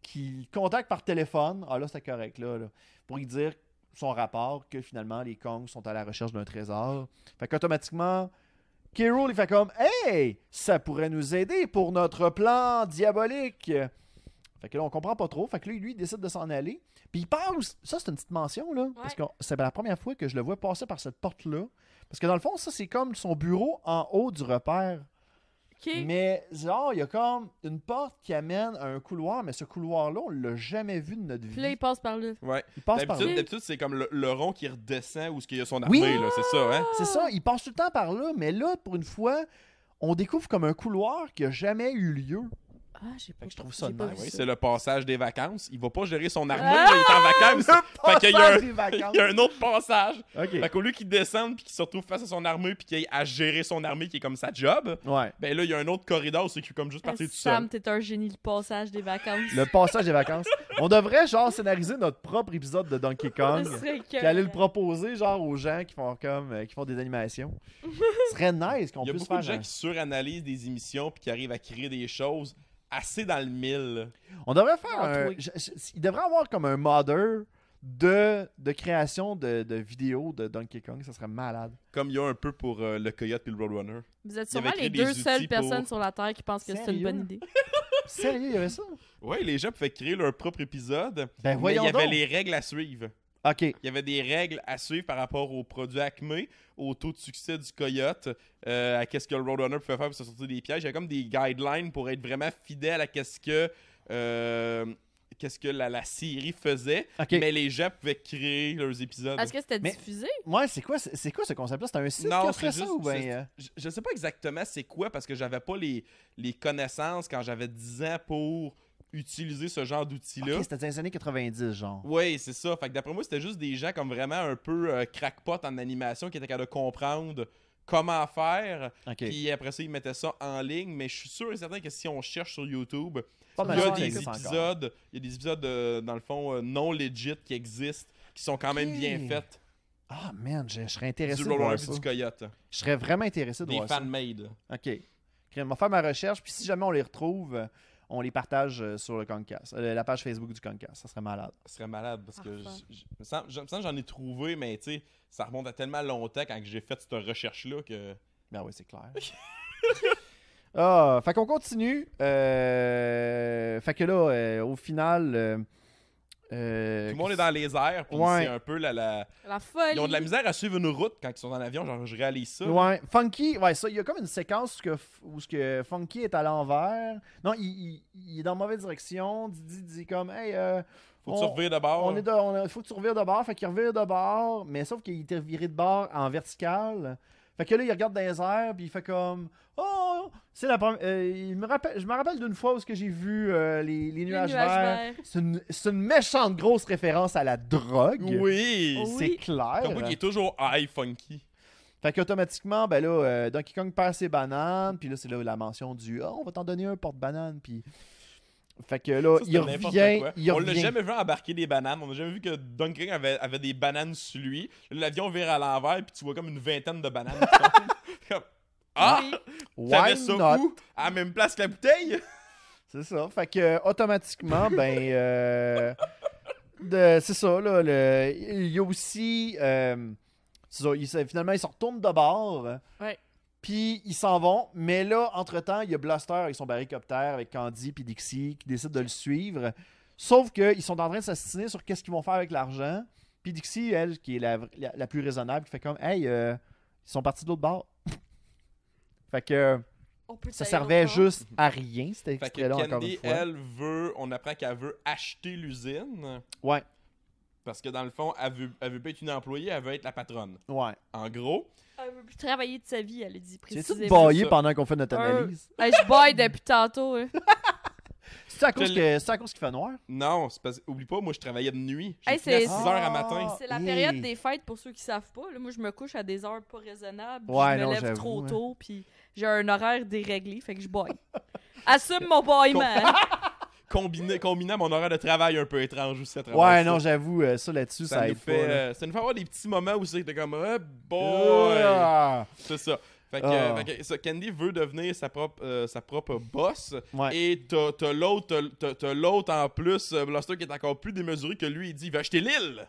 Speaker 1: qui le contacte par téléphone. Ah là, c'est correct, là, là, Pour lui dire son rapport que finalement, les Kongs sont à la recherche d'un trésor. Fait qu'automatiquement, K-Rool, il fait comme Hey, ça pourrait nous aider pour notre plan diabolique. Fait que là, on comprend pas trop. Fait que là, lui, il décide de s'en aller. Puis il passe. Ça, c'est une petite mention, là. Parce que c'est la première fois que je le vois passer par cette porte-là. Parce que dans le fond, ça, c'est comme son bureau en haut du repère.
Speaker 2: Ok.
Speaker 1: Mais genre, il y a comme une porte qui amène à un couloir, mais ce couloir-là, on l'a jamais vu de notre
Speaker 2: Puis là,
Speaker 1: vie.
Speaker 2: ils passent par là.
Speaker 3: Ouais.
Speaker 1: Il passe par là.
Speaker 3: D'habitude, d'habitude, c'est comme le, le rond qui redescend où ce qu'il y a son
Speaker 1: Oui.
Speaker 3: armée, là, c'est ça, hein?
Speaker 1: C'est ça, il passe tout le temps par là, mais là, pour une fois, on découvre comme un couloir qui a jamais eu lieu.
Speaker 2: Ah, j'ai pas.
Speaker 1: Fait que je trouve ça
Speaker 2: j'ai pas
Speaker 1: nice.
Speaker 2: vu
Speaker 3: Oui,
Speaker 1: Oui,
Speaker 3: c'est le passage des vacances. Il va pas gérer son armée,
Speaker 1: Ah!
Speaker 3: il est en
Speaker 1: <laughs>
Speaker 3: vacances. Fait qu'il y a un-
Speaker 1: Passage des vacances.
Speaker 3: <laughs> Il y a un autre passage. Fait
Speaker 1: Ok.
Speaker 3: qu'au lieu qu'il descende puis qu'il se retrouve face à son armée puis qu'il ait à gérer son armée qui est comme sa job,
Speaker 1: Ouais.
Speaker 3: ben là, il y a un autre corridor, c'est qu'il est comme juste parti
Speaker 2: Ah,
Speaker 3: tout seul.
Speaker 2: Sam, t'es un génie du passage des vacances. <laughs>
Speaker 1: Le passage des vacances. On devrait, genre, scénariser notre propre épisode de Donkey Kong.
Speaker 2: Ce serait
Speaker 1: Puis aller le
Speaker 2: écœurant.
Speaker 1: proposer, genre, aux gens qui font comme. euh, qui font des animations. Ce serait nice qu'on
Speaker 3: Il y a
Speaker 1: puisse
Speaker 3: beaucoup
Speaker 1: faire.
Speaker 3: de gens
Speaker 1: un-
Speaker 3: qui suranalysent des émissions puis qui arrivent à créer des choses assez dans le mille.
Speaker 1: On devrait faire
Speaker 2: Ah,
Speaker 1: un.
Speaker 2: oui.
Speaker 1: je- je- il devrait avoir comme un modder de, de création de, de vidéos de Donkey Kong. Ça serait malade.
Speaker 3: Comme il y a un peu pour euh, le Coyote puis le Roadrunner.
Speaker 2: Vous êtes
Speaker 3: Il avait
Speaker 2: sûrement
Speaker 3: créé
Speaker 2: les
Speaker 3: des
Speaker 2: deux
Speaker 3: outils
Speaker 2: seules
Speaker 3: pour-
Speaker 2: personnes sur la Terre qui pensent que c'est une
Speaker 1: Sérieux?
Speaker 2: bonne idée.
Speaker 1: Sérieux, il y avait ça?
Speaker 3: Ouais, les gens pouvaient créer leur propre épisode.
Speaker 1: Ben
Speaker 3: mais il
Speaker 1: voyons
Speaker 3: y avait
Speaker 1: donc.
Speaker 3: les règles à suivre.
Speaker 1: Ok.
Speaker 3: Il y avait des règles à suivre par rapport aux produits Acme, au taux de succès du Coyote, euh, à qu'est-ce que le Roadrunner pouvait faire pour se sortir des pièges. Il y avait comme des guidelines pour être vraiment fidèle à qu'est-ce que euh, qu'est-ce que la, la série faisait.
Speaker 1: Ok.
Speaker 3: Mais les gens pouvaient créer leurs épisodes.
Speaker 2: Est-ce que c'était
Speaker 1: Mais-
Speaker 2: diffusé?
Speaker 1: Ouais, c'est quoi, c'est c'est quoi ce concept-là? C'est un site
Speaker 3: Non,
Speaker 1: qui
Speaker 3: c'est
Speaker 1: offrait ça
Speaker 3: juste-
Speaker 1: ou
Speaker 3: c'est-
Speaker 1: bien. euh,
Speaker 3: Je, je sais pas exactement c'est quoi parce que j'avais pas les, les connaissances quand j'avais 10 ans pour utiliser ce genre
Speaker 1: ok,
Speaker 3: d'outil-là.
Speaker 1: c'était dans les années 90, genre.
Speaker 3: Oui, c'est ça. Fait que d'après moi, c'était juste des gens comme vraiment un peu euh, crackpot en animation qui étaient capables de comprendre comment faire.
Speaker 1: Ok.
Speaker 3: Puis après ça, ils mettaient ça en ligne. Mais je suis sûr et certain que si on cherche sur YouTube,
Speaker 1: Pas
Speaker 3: il
Speaker 1: mal
Speaker 3: y a
Speaker 1: de
Speaker 3: des
Speaker 1: choses encore.
Speaker 3: épisodes, il y a des épisodes euh, dans le fond euh, non legit qui existent, qui sont quand même
Speaker 1: Ok.
Speaker 3: bien faits
Speaker 1: Ah, man, je, je serais
Speaker 3: du
Speaker 1: intéressé de
Speaker 3: Roadrunner
Speaker 1: voir
Speaker 3: puis
Speaker 1: ça.
Speaker 3: du Coyote.
Speaker 1: Je serais vraiment intéressé de
Speaker 3: Des
Speaker 1: voir ça.
Speaker 3: fan-made.
Speaker 1: Ok. Crème, On va faire ma recherche, puis si jamais on les retrouve, euh, on les partage euh, sur le Concast, euh, la page Facebook du Concast. Ça serait malade.
Speaker 3: Ce serait malade parce que
Speaker 2: Parfait.
Speaker 3: je- je- me semble- je- me semble que j'en ai trouvé, mais tu sais, ça remonte à tellement longtemps quand que j'ai fait cette recherche-là que.
Speaker 1: Ben oui, c'est
Speaker 3: <laughs>
Speaker 1: clair. ah, fait qu'on continue. Euh, fait que là, euh, au final. euh, euh,
Speaker 3: Tout le monde est dans les airs, puis
Speaker 1: Ouais.
Speaker 3: c'est un peu la, la-
Speaker 2: La folie.
Speaker 3: Ils ont de la misère à suivre une route quand ils sont en avion, genre je réalise ça.
Speaker 1: Ouais, Funky, ouais, ça, il y a comme une séquence où, ce que, F- où ce que Funky est à l'envers. Non, il, il- il est dans la mauvaise direction. Didi dit comme, hey, euh,
Speaker 3: Faut
Speaker 1: on-
Speaker 3: te surveiller de bord.
Speaker 1: On est de- on a- faut que tu revires de bord, fait qu'il revire de bord, mais sauf qu'il était viré de bord en vertical. Fait que là, il regarde dans les airs, puis il fait comme Oh, c'est la première. euh, il me rappelle, je me rappelle d'une fois où ce que j'ai vu euh, les, les nuages,
Speaker 2: nuages
Speaker 1: verts.
Speaker 2: verts.
Speaker 1: C'est une, c'est une méchante grosse référence à la drogue.
Speaker 3: Oui!
Speaker 2: Oh.
Speaker 1: C'est
Speaker 2: Oui.
Speaker 1: clair.
Speaker 3: Comme moi qui est toujours high funky.
Speaker 1: Fait qu'automatiquement, ben là, euh, Donkey Kong perd ses bananes, puis là, c'est là la mention du Ah, on va t'en donner un porte-banane, puis. Fait que là,
Speaker 3: Ça, c'est
Speaker 1: Euh, il
Speaker 3: n'importe
Speaker 1: revient.
Speaker 3: quoi.
Speaker 1: Il
Speaker 3: on l'a
Speaker 1: revient.
Speaker 3: jamais vu embarquer des bananes. On n'a jamais vu que Donkey Kong avait, avait des bananes sur lui. Là, L'avion vire à l'envers, puis tu vois comme une vingtaine de bananes. qui tombent. <laughs> Comme, ah!
Speaker 2: Oui.
Speaker 3: T'avais
Speaker 1: Why
Speaker 3: ça
Speaker 1: not?
Speaker 3: où? À la même place que la bouteille?
Speaker 1: C'est ça. Fait que euh, automatiquement, ben. euh, de- c'est ça, là. le- il y a aussi. euh, c'est ça, il se- finalement, ils se retournent de bord.
Speaker 2: Ouais.
Speaker 1: Puis ils s'en vont. Mais là, entre-temps, il y a Blaster avec son barricoptère, avec Candy puis Dixie qui décident de le suivre. Sauf qu'ils sont en train de s'assiner sur qu'est-ce qu'ils vont faire avec l'argent. Puis Dixie, elle, qui est la, vra- la, la plus raisonnable, qui fait comme Hey, euh, ils sont partis de l'autre bord. <laughs> fait que
Speaker 2: On peut
Speaker 1: ça
Speaker 2: aller
Speaker 1: servait
Speaker 2: autre part.
Speaker 1: juste à rien, cet
Speaker 3: Fait
Speaker 1: extrait-là,
Speaker 3: que
Speaker 1: encore une
Speaker 3: Candy,
Speaker 1: fois.
Speaker 3: elle veut, on apprend qu'elle veut acheter l'usine.
Speaker 1: Ouais,
Speaker 3: Parce que dans le fond, elle veut, elle veut pas être une employée, elle veut être la patronne.
Speaker 1: ouais.
Speaker 3: En gros.
Speaker 2: Elle veut plus Ah, travailler de sa vie, elle a
Speaker 1: Tu
Speaker 2: dit
Speaker 1: tout
Speaker 2: précisément.
Speaker 1: baillé
Speaker 3: ça.
Speaker 1: pendant qu'on fait notre
Speaker 2: Un-
Speaker 1: analyse?
Speaker 2: Hey, je baille depuis tantôt. hein.
Speaker 1: C'est à cause
Speaker 3: Je
Speaker 1: que c'est à cause qu'il fait noir?
Speaker 3: Non, c'est parce oublie pas, moi je travaillais de nuit. J'ai
Speaker 2: Hey,
Speaker 3: fini à 6
Speaker 2: c'est-
Speaker 3: heures à matin.
Speaker 1: Ah,
Speaker 2: C'est la
Speaker 1: hey.
Speaker 2: période des fêtes pour ceux qui savent pas. là. moi, je me couche à des heures pas raisonnables. puis
Speaker 1: Ouais,
Speaker 2: je me
Speaker 1: non,
Speaker 2: lève
Speaker 1: j'avoue,
Speaker 2: trop
Speaker 1: hein.
Speaker 2: tôt. Puis j'ai un horaire déréglé. Fait que je baille. <laughs> Assume mon baillement. hein.
Speaker 3: Combiné, combinant mon horaire de travail un peu étrange aussi à travers
Speaker 1: Ouais,
Speaker 3: Ah ça.
Speaker 1: non, j'avoue, euh, ça là-dessus, ça,
Speaker 3: ça, nous
Speaker 1: aide
Speaker 3: fait,
Speaker 1: pas. là.
Speaker 3: euh, ça nous fait avoir des petits moments où c'est que t'es comme oh boy
Speaker 1: Ah!
Speaker 3: c'est ça fait que,
Speaker 1: Ah.
Speaker 3: fait que ça, Candy veut devenir sa propre euh, sa propre boss
Speaker 1: Ouais.
Speaker 3: et t'as t'as l'autre t'as- t'as- t'as l'autre en plus euh, Blaster qui est encore plus démesuré que lui il dit il veut acheter l'île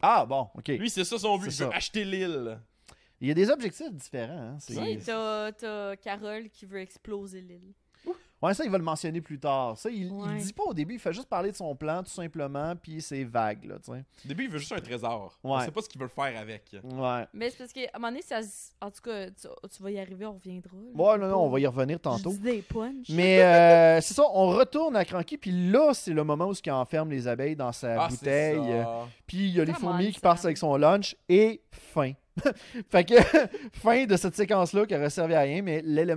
Speaker 1: Ah, bon, OK.
Speaker 3: lui c'est ça son but
Speaker 1: C'est
Speaker 3: il veut
Speaker 1: ça.
Speaker 3: acheter l'île
Speaker 1: Il y a des objectifs différents. hein, c'est-
Speaker 2: Puis t'as- t'as Carole qui veut exploser l'île.
Speaker 1: Ouais, ça, il va le mentionner plus tard. Ça, il, il
Speaker 2: Ouais.
Speaker 1: dit pas au début, il fait juste parler de son plan, tout simplement, puis c'est vague, là, tu sais.
Speaker 3: au début il veut juste un trésor on
Speaker 1: Ouais.
Speaker 3: sait pas ce qu'il veut faire avec
Speaker 1: Ouais.
Speaker 2: Mais c'est parce qu'à un moment donné, ça se- en tout cas, tu, tu vas y arriver, on reviendra. là.
Speaker 1: Ouais, non, non, on va y revenir tantôt.
Speaker 2: Je dis des punchs.
Speaker 1: Mais euh, c'est ça, on retourne à Cranky, puis là, c'est le moment où il enferme les abeilles dans sa
Speaker 3: ah c'est
Speaker 1: bouteille.
Speaker 3: ça
Speaker 1: Puis il y a les
Speaker 2: Come
Speaker 1: fourmis
Speaker 2: on,
Speaker 1: qui passent
Speaker 2: Sam.
Speaker 1: avec son lunch et fin. <laughs> fait que <laughs> fin de cette séquence-là qui aurait servi à rien, mais l'élément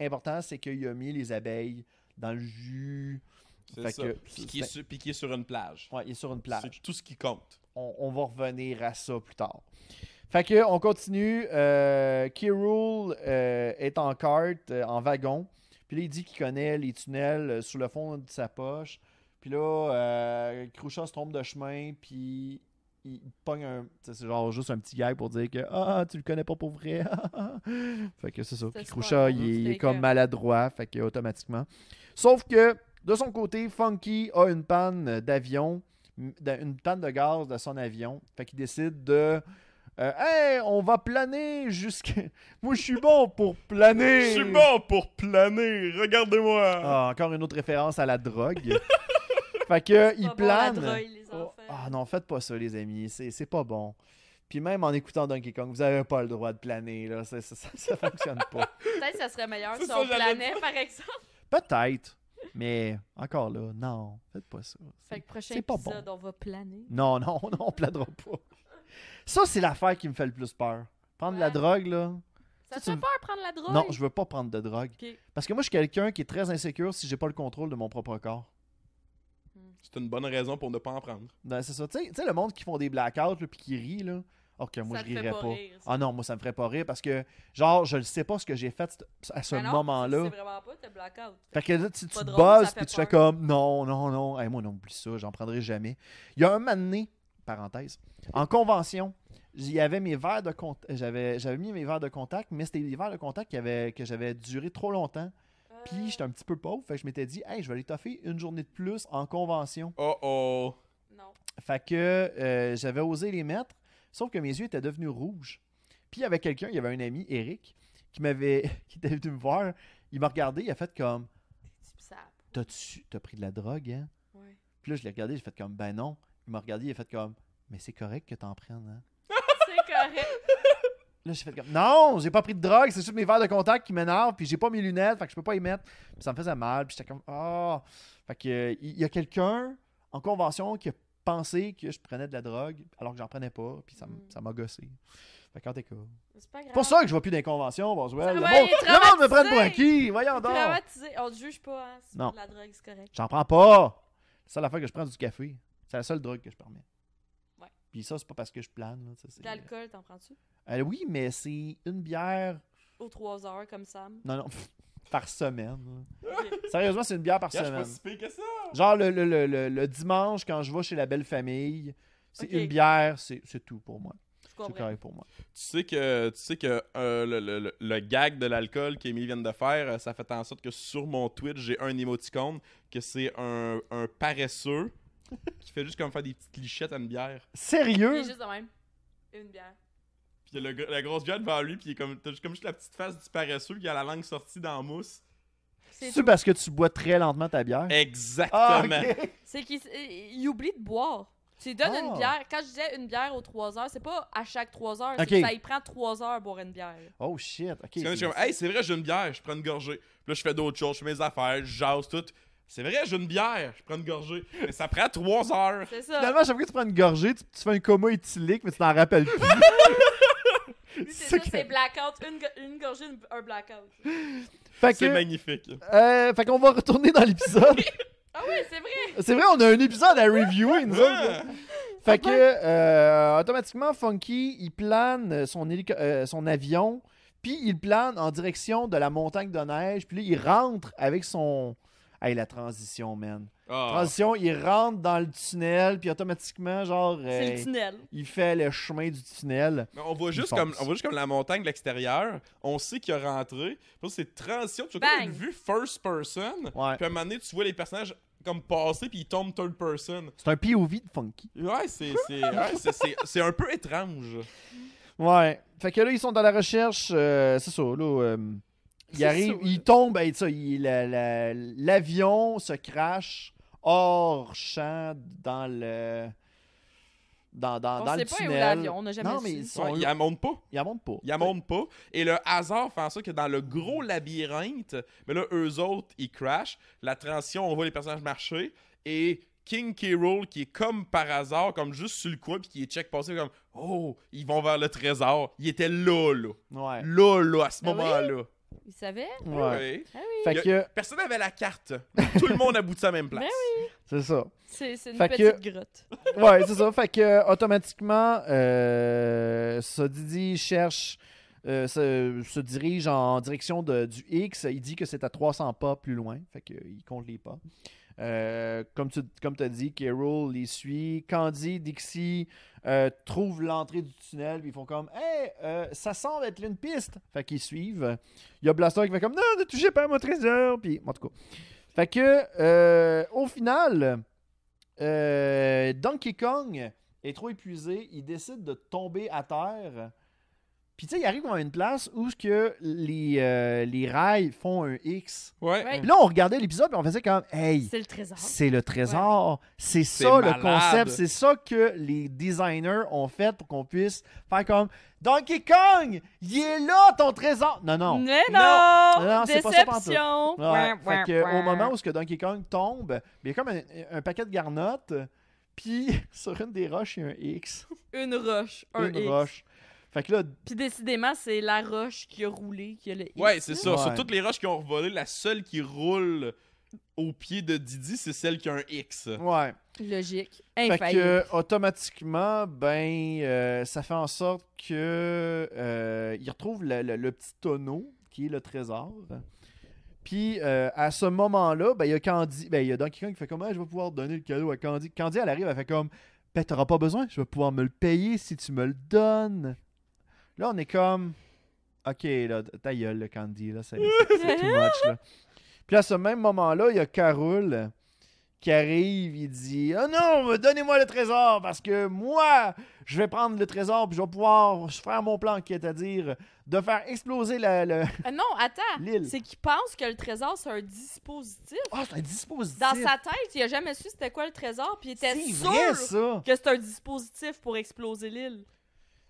Speaker 1: important, c'est qu'il a mis les abeilles dans le jus.
Speaker 3: c'est
Speaker 1: Fait
Speaker 3: ça
Speaker 1: que-
Speaker 3: Puis qui est sur- puis qui est sur une plage
Speaker 1: Ouais, il est sur une plage.
Speaker 3: c'est tout ce qui compte
Speaker 1: On, on va revenir à ça plus tard. Fait que on continue. Euh, Kirul euh, est en carte, euh, en wagon. Puis là, il dit qu'il connaît les tunnels euh, sous le fond de sa poche. Puis là, euh, Crucha se trompe de chemin, puis il pogne un. tu sais, C'est genre juste un petit gag pour dire que Ah, tu le connais pas pour vrai. <laughs> fait que c'est ça.
Speaker 2: C'était
Speaker 1: Puis
Speaker 2: super
Speaker 1: Crucha,
Speaker 2: drôle,
Speaker 1: il, est- il
Speaker 2: c'était
Speaker 1: est comme
Speaker 2: écœurant.
Speaker 1: maladroit, fait que automatiquement. Sauf que, de son côté, Funky a une panne d'avion, m- d'un- une panne de gaz de son avion. Fait qu'il décide de. euh, hey, on va planer jusqu'à. <laughs> Moi, je suis bon pour planer.
Speaker 3: je suis bon pour planer regardez-moi
Speaker 1: Ah, encore une autre référence à la drogue. <laughs> fait que il
Speaker 2: Pas bon à
Speaker 1: plane.
Speaker 2: drogue, les
Speaker 1: Oh,
Speaker 2: enfants.
Speaker 1: ah non, faites pas ça les amis, c'est c'est pas bon. Puis même en écoutant Donkey Kong, vous avez pas le droit de planer là, ça, ça, ça- ça fonctionne
Speaker 2: <laughs>
Speaker 1: pas.
Speaker 2: Peut-être que ça serait meilleur
Speaker 3: C'est
Speaker 2: si
Speaker 3: ça,
Speaker 2: on
Speaker 3: j'allais
Speaker 2: planait, par exemple.
Speaker 1: Peut-être, mais encore là, non, faites pas ça.
Speaker 2: Fait que prochain
Speaker 1: C'est pas
Speaker 2: épisode, on va planer.
Speaker 1: Non, <laughs> non, non, on planera pas. Ça c'est l'affaire qui me fait le plus peur. Prendre de la
Speaker 2: Ouais.
Speaker 1: drogue là.
Speaker 2: Ça te
Speaker 1: Ça,
Speaker 2: fait
Speaker 1: tu-
Speaker 2: peur prendre la drogue?
Speaker 1: Non, je veux pas prendre de drogue
Speaker 2: Ok.
Speaker 1: parce que moi je suis quelqu'un qui est très insécure si j'ai pas le contrôle de mon propre corps.
Speaker 3: c'est une bonne raison pour ne pas en prendre
Speaker 1: Non, Ben, c'est ça. Tu sais- tu sais, le monde qui font des blackouts là, puis qui rit, là. Or que moi,
Speaker 2: Ça
Speaker 1: je
Speaker 2: te fait
Speaker 1: rirais pas.
Speaker 2: pas rire, ça.
Speaker 1: ah non, moi, ça me ferait pas rire parce que, genre, je ne sais pas ce que j'ai fait c't- à ce
Speaker 2: Mais non,
Speaker 1: moment-là.
Speaker 2: C'est vraiment pas, t'es blackout.
Speaker 1: Fait que là, tu, tu
Speaker 2: pas
Speaker 1: te
Speaker 2: drôle,
Speaker 1: buzzes
Speaker 2: ça
Speaker 1: puis
Speaker 2: fait
Speaker 1: tu fais
Speaker 2: peur.
Speaker 1: comme non, non, non. Hey, moi, non, oublie ça, j'en prendrai jamais. Il y a un moment donné, parenthèse, en convention, il y avait mes verres de con- j'avais j'avais mis mes verres de contact, mais c'était des verres de contact qui avaient- que j'avais duré trop longtemps.
Speaker 2: Euh,
Speaker 1: Puis j'étais un petit peu pauvre, fait que je m'étais dit, hey, je vais les toffer une journée de plus en convention.
Speaker 3: oh oh
Speaker 2: Non.
Speaker 1: Fait que euh, j'avais osé les mettre, sauf que mes yeux étaient devenus rouges. Puis il y avait quelqu'un, il y avait un ami, Eric, qui m'avait <laughs> qui était venu me voir. Il m'a regardé, il a fait comme
Speaker 2: Tu ça.
Speaker 1: T'as-tu t'as pris de la drogue, hein?
Speaker 2: Ouais.
Speaker 1: Puis là, je l'ai regardé, j'ai fait comme Ben non. Il m'a regardé, il a fait comme Mais c'est correct que t'en prennes, hein?
Speaker 2: C'est correct.
Speaker 1: Là, j'ai fait comme Non, j'ai pas pris de drogue, c'est juste mes verres de contact qui m'énervent, puis j'ai pas mes lunettes, fait que je peux pas y mettre. Puis ça me faisait mal, puis j'étais comme Ah! Fait que euh, il y a quelqu'un en convention qui a pensé que je prenais de la drogue alors que j'en prenais pas, puis ça m-
Speaker 2: Mm.
Speaker 1: ça m'a gossé. Fait qu'en tout cas,
Speaker 2: <laughs> C'est pas grave.
Speaker 1: C'est pour ça que je vois plus d'inconvention, Boswell. Le,
Speaker 2: Ouais,
Speaker 1: monde,
Speaker 2: il est
Speaker 1: le monde me prenne
Speaker 2: traumatisé.
Speaker 1: pour acquis. Voyons donc.
Speaker 2: Traumatisé. On te juge pas, hein. C'est
Speaker 1: Non.
Speaker 2: pas de la drogue, c'est correct.
Speaker 1: J'en prends pas. C'est la seule fois que je prends du café. C'est la seule drogue que je permets.
Speaker 2: Ouais.
Speaker 1: Puis ça, c'est pas parce que je plane. là, ça, c'est-
Speaker 2: De l'alcool, t'en prends-tu?
Speaker 1: Euh, oui, mais c'est une bière.
Speaker 2: Aux 3 heures, comme Sam.
Speaker 1: Non, <laughs> non. pff, par semaine.
Speaker 2: <laughs> Ok.
Speaker 1: Sérieusement, c'est une bière par
Speaker 3: Regarde, je suis
Speaker 1: semaine.
Speaker 3: pas si pire que ça.
Speaker 1: Genre le, le- le- le- le dimanche, quand je vais chez la belle famille, c'est
Speaker 2: Ok. ben.
Speaker 1: une bière, c'est c'est tout pour moi.
Speaker 2: Je
Speaker 1: C'est
Speaker 2: comprends.
Speaker 1: correct pour moi.
Speaker 3: Tu sais que, tu sais que euh, le, le- le- le gag de l'alcool qu'Émilie vient de faire, euh, ça fait en sorte que sur mon Twitch, j'ai un émoticône que c'est un, un paresseux <laughs> qui fait juste comme faire des petites lichettes à une bière.
Speaker 2: Il est
Speaker 1: Sérieux?
Speaker 2: juste de même. Une bière.
Speaker 3: Puis il y a le gars- la grosse bière devant lui, puis il est comme, t'as juste- comme juste la petite face du paresseux qui a la langue sortie dans la mousse.
Speaker 1: Ah,
Speaker 2: C'est
Speaker 1: C'est
Speaker 2: tout.
Speaker 1: parce que tu bois très lentement ta bière? Ah,
Speaker 3: Exactement.
Speaker 1: ok.
Speaker 2: C'est qu'il s- il oublie de boire. Tu lui donnes
Speaker 1: Ah.
Speaker 2: une bière. Quand je disais une bière aux 3 heures, c'est pas à chaque 3 heures. c'est
Speaker 1: Ok.
Speaker 2: que Ça y prend 3 heures à boire une bière. là.
Speaker 1: Oh shit, ok.
Speaker 3: Tu connais, je suis comme, hey, c'est vrai, j'ai une bière, je prends une gorgée. Puis là, je fais d'autres choses, je fais mes affaires, je jase tout. C'est vrai, j'ai une bière, je prends une gorgée. Mais ça prend trois heures.
Speaker 2: C'est ça.
Speaker 1: Finalement, à chaque fois que tu prends une gorgée, tu, tu fais un coma éthylique, mais tu t'en rappelles
Speaker 3: <laughs>
Speaker 1: plus.
Speaker 2: Lui,
Speaker 1: c'est
Speaker 2: c'est ça,
Speaker 1: que-
Speaker 2: c'est blackout. Une, go- une gorgée, une- un blackout.
Speaker 1: fait
Speaker 3: C'est
Speaker 1: que,
Speaker 3: magnifique.
Speaker 1: euh, fait qu'on va retourner dans
Speaker 2: <laughs>
Speaker 1: l'épisode.
Speaker 2: Ah oui, c'est vrai.
Speaker 1: C'est vrai, on a un épisode à reviewer, nous autres, là. Fait que, euh, automatiquement, Funky, il plane son, hélico- euh, son avion, puis il plane en direction de la montagne de neige, puis là, il rentre avec son... Hey, la transition, man.
Speaker 3: Ah.
Speaker 1: Transition, il rentre dans le tunnel, puis automatiquement, genre,
Speaker 2: C'est
Speaker 1: euh,
Speaker 2: le tunnel.
Speaker 1: il fait le chemin du tunnel.
Speaker 3: Mais on voit
Speaker 1: Ils
Speaker 3: juste
Speaker 1: foncent.
Speaker 3: comme on voit juste comme la montagne de l'extérieur, on sait qu'il a rentré. Puis là, c'est transition, tu as
Speaker 2: Bang.
Speaker 3: comme une vue first person.
Speaker 1: Ouais.
Speaker 3: Puis à un moment donné, tu vois les personnages comme passer puis ils tombent third person.
Speaker 1: C'est un POV de Funky.
Speaker 3: Ouais, c'est c'est ouais, c'est- c'est- c'est un peu étrange.
Speaker 1: Ouais. Fait que là, ils sont dans la recherche. euh, c'est ça, là. euh, ils
Speaker 2: C'est ça,
Speaker 1: arrivent,
Speaker 2: là.
Speaker 1: ils tombent, ben, ça, il- la- la- l'avion se crache hors champ dans le. Dans, dans,
Speaker 2: On
Speaker 1: dans
Speaker 2: sait
Speaker 1: le
Speaker 2: pas où est
Speaker 1: tunnel.
Speaker 2: l'avion, on n'a jamais
Speaker 1: Non,
Speaker 2: su.
Speaker 1: mais ils sont.
Speaker 3: Ouais, il
Speaker 1: là.
Speaker 3: la monte pas.
Speaker 1: Ils en montent pas.
Speaker 3: Il la monte pas. Et le hasard fait en sorte que dans le gros labyrinthe, mais là, eux autres, ils crashent. La transition, on voit les personnages marcher. Et King K. Rool, qui est comme par hasard, comme juste sur le coin, puis qui est check passé, comme Oh, ils vont vers le trésor. Il était là, là.
Speaker 1: Ouais.
Speaker 3: Là, là, à ce
Speaker 2: Ben oui.
Speaker 3: moment-là.
Speaker 2: Il savait?
Speaker 1: ouais.
Speaker 3: Ouais.
Speaker 2: Ah oui.
Speaker 1: Fait
Speaker 3: Il y a-
Speaker 1: que.
Speaker 3: Personne n'avait la carte. Tout le monde aboutit à la même place.
Speaker 2: Ben
Speaker 1: C'est ça.
Speaker 2: C'est c'est une
Speaker 1: Fait
Speaker 2: petite grotte.
Speaker 1: Ouais, c'est ça. Fait que euh, automatiquement, euh, ce Didi cherche, euh, se, se dirige en direction de- du X. Il dit que c'est à 300 pas plus loin. Fait que euh, il compte les pas. Euh, comme tu comme as dit, Carol les suit. Candy, Dixie euh, trouvent l'entrée du tunnel. Puis ils font comme Hey, euh, ça semble être une piste. Fait qu'ils suivent. Il y a Blaster qui fait comme Non, ne touchez pas à mon trésor. Puis en tout cas. Fait que euh, au final. Euh, Donkey Kong est trop épuisé, il décide de tomber à terre. Puis tu sais, il arrive à une place où ce que les, euh, les rails font un X.
Speaker 3: Ouais.
Speaker 2: Ouais.
Speaker 1: Puis là, on regardait l'épisode et on faisait comme Hey,
Speaker 2: C'est le trésor.
Speaker 1: c'est le trésor, c'est
Speaker 3: C'est
Speaker 1: ça le
Speaker 3: malade.
Speaker 1: concept, c'est ça que les designers ont fait pour qu'on puisse faire comme Donkey Kong, il est là ton trésor. Non, non.
Speaker 2: Mais
Speaker 1: Non!
Speaker 2: non!
Speaker 1: Non, c'est pas ça pantoute.
Speaker 2: Déception!
Speaker 1: Ouais, fait que, au moment où ce que Donkey Kong tombe, il y a comme un, un paquet de garnottes, puis <laughs> sur une des roches, il y a un X.
Speaker 2: Une roche, un
Speaker 1: une
Speaker 2: X.
Speaker 1: roche. Fait que là,
Speaker 2: Puis décidément, c'est la roche qui a roulé, qui a le X.
Speaker 3: Ouais, c'est ça.
Speaker 1: Ouais.
Speaker 3: Sur toutes les roches qui ont revolé, la seule qui roule au pied de Didi, c'est celle qui a un X.
Speaker 1: ouais.
Speaker 2: Logique.
Speaker 1: Fait
Speaker 2: Infaillible.
Speaker 1: que automatiquement, ben, euh, ça fait en sorte que euh, il retrouve le, le- le petit tonneau qui est le trésor. Puis euh, à ce moment-là, ben il y a Candy, ben il y a Donkey Kong qui fait comme Ah, je vais pouvoir donner le cadeau à Candy. Candy elle arrive, elle fait comme ben t'auras pas besoin, je vais pouvoir me le payer si tu me le donnes. Là on est comme ok là ta gueule le Candy là c'est c'est- c'est too much là. Puis à ce même moment-là, il y a Carole qui arrive, il dit Ah non, donnez-moi le trésor parce que moi, je vais prendre le trésor puis je vais pouvoir faire mon plan qui est à dire de faire exploser la- le. <laughs>
Speaker 2: Ah non, attends.
Speaker 1: Lille.
Speaker 2: C'est qu'il pense que le trésor, c'est un dispositif.
Speaker 1: Ah, c'est un dispositif.
Speaker 2: Dans sa tête, il a jamais su c'était quoi le trésor, puis il était
Speaker 1: C'est
Speaker 2: sûr
Speaker 1: vrai, ça.
Speaker 2: que c'est un dispositif pour exploser l'île.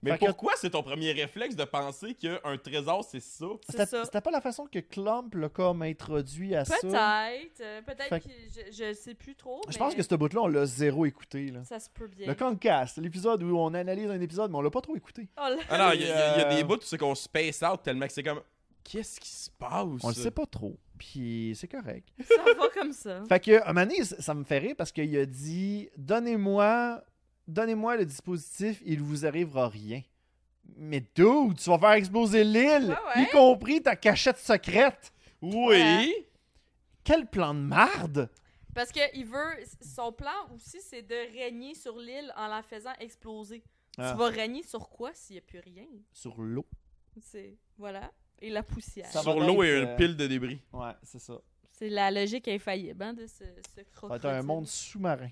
Speaker 3: Mais
Speaker 1: Fait que-
Speaker 3: pourquoi c'est ton premier réflexe de penser qu'un trésor, c'est ça?
Speaker 2: C'est
Speaker 1: C'était
Speaker 2: ça.
Speaker 1: c'était pas la façon que Clump l'a comme introduit à ça.
Speaker 2: Peut-être. euh, Peut-être
Speaker 1: Fait-
Speaker 2: que je, je sais plus trop.
Speaker 1: Je
Speaker 2: mais
Speaker 1: pense que ce bout-là, on l'a zéro écouté. Là.
Speaker 2: ça se peut bien.
Speaker 1: Le Concast, l'épisode où on analyse un épisode, mais on l'a pas trop écouté.
Speaker 2: Oh là- <laughs>
Speaker 3: Alors, Ah il y, a- il y a
Speaker 1: Euh,
Speaker 3: des bouts où c'est qu'on space out tellement que c'est comme. Qu'est-ce qui se passe?
Speaker 1: On le sait pas trop, puis c'est correct.
Speaker 2: ça va comme ça.
Speaker 1: Fait que, à un moment donné, ça ça me fait rire parce qu'il a dit Donnez-moi donnez-moi le dispositif, il vous arrivera rien. Mais d'où tu vas faire exploser l'île,
Speaker 2: Ah Ouais, ouais.
Speaker 1: y compris ta cachette secrète.
Speaker 3: Oui!
Speaker 1: Quel plan de marde
Speaker 2: Parce que il veut. Son plan aussi, c'est de régner sur l'île en la faisant exploser.
Speaker 1: Ah.
Speaker 2: Tu vas régner sur quoi s'il n'y a plus rien?
Speaker 1: Sur l'eau.
Speaker 2: C'est. Voilà. Et la poussière.
Speaker 1: Ça va
Speaker 3: Sur l'eau
Speaker 1: être,
Speaker 3: et
Speaker 1: euh,
Speaker 3: une pile de débris.
Speaker 1: Ouais, c'est ça.
Speaker 2: C'est la logique infaillible hein, de ce, ce
Speaker 1: Ça va être un
Speaker 2: crocodile.
Speaker 1: monde sous-marin.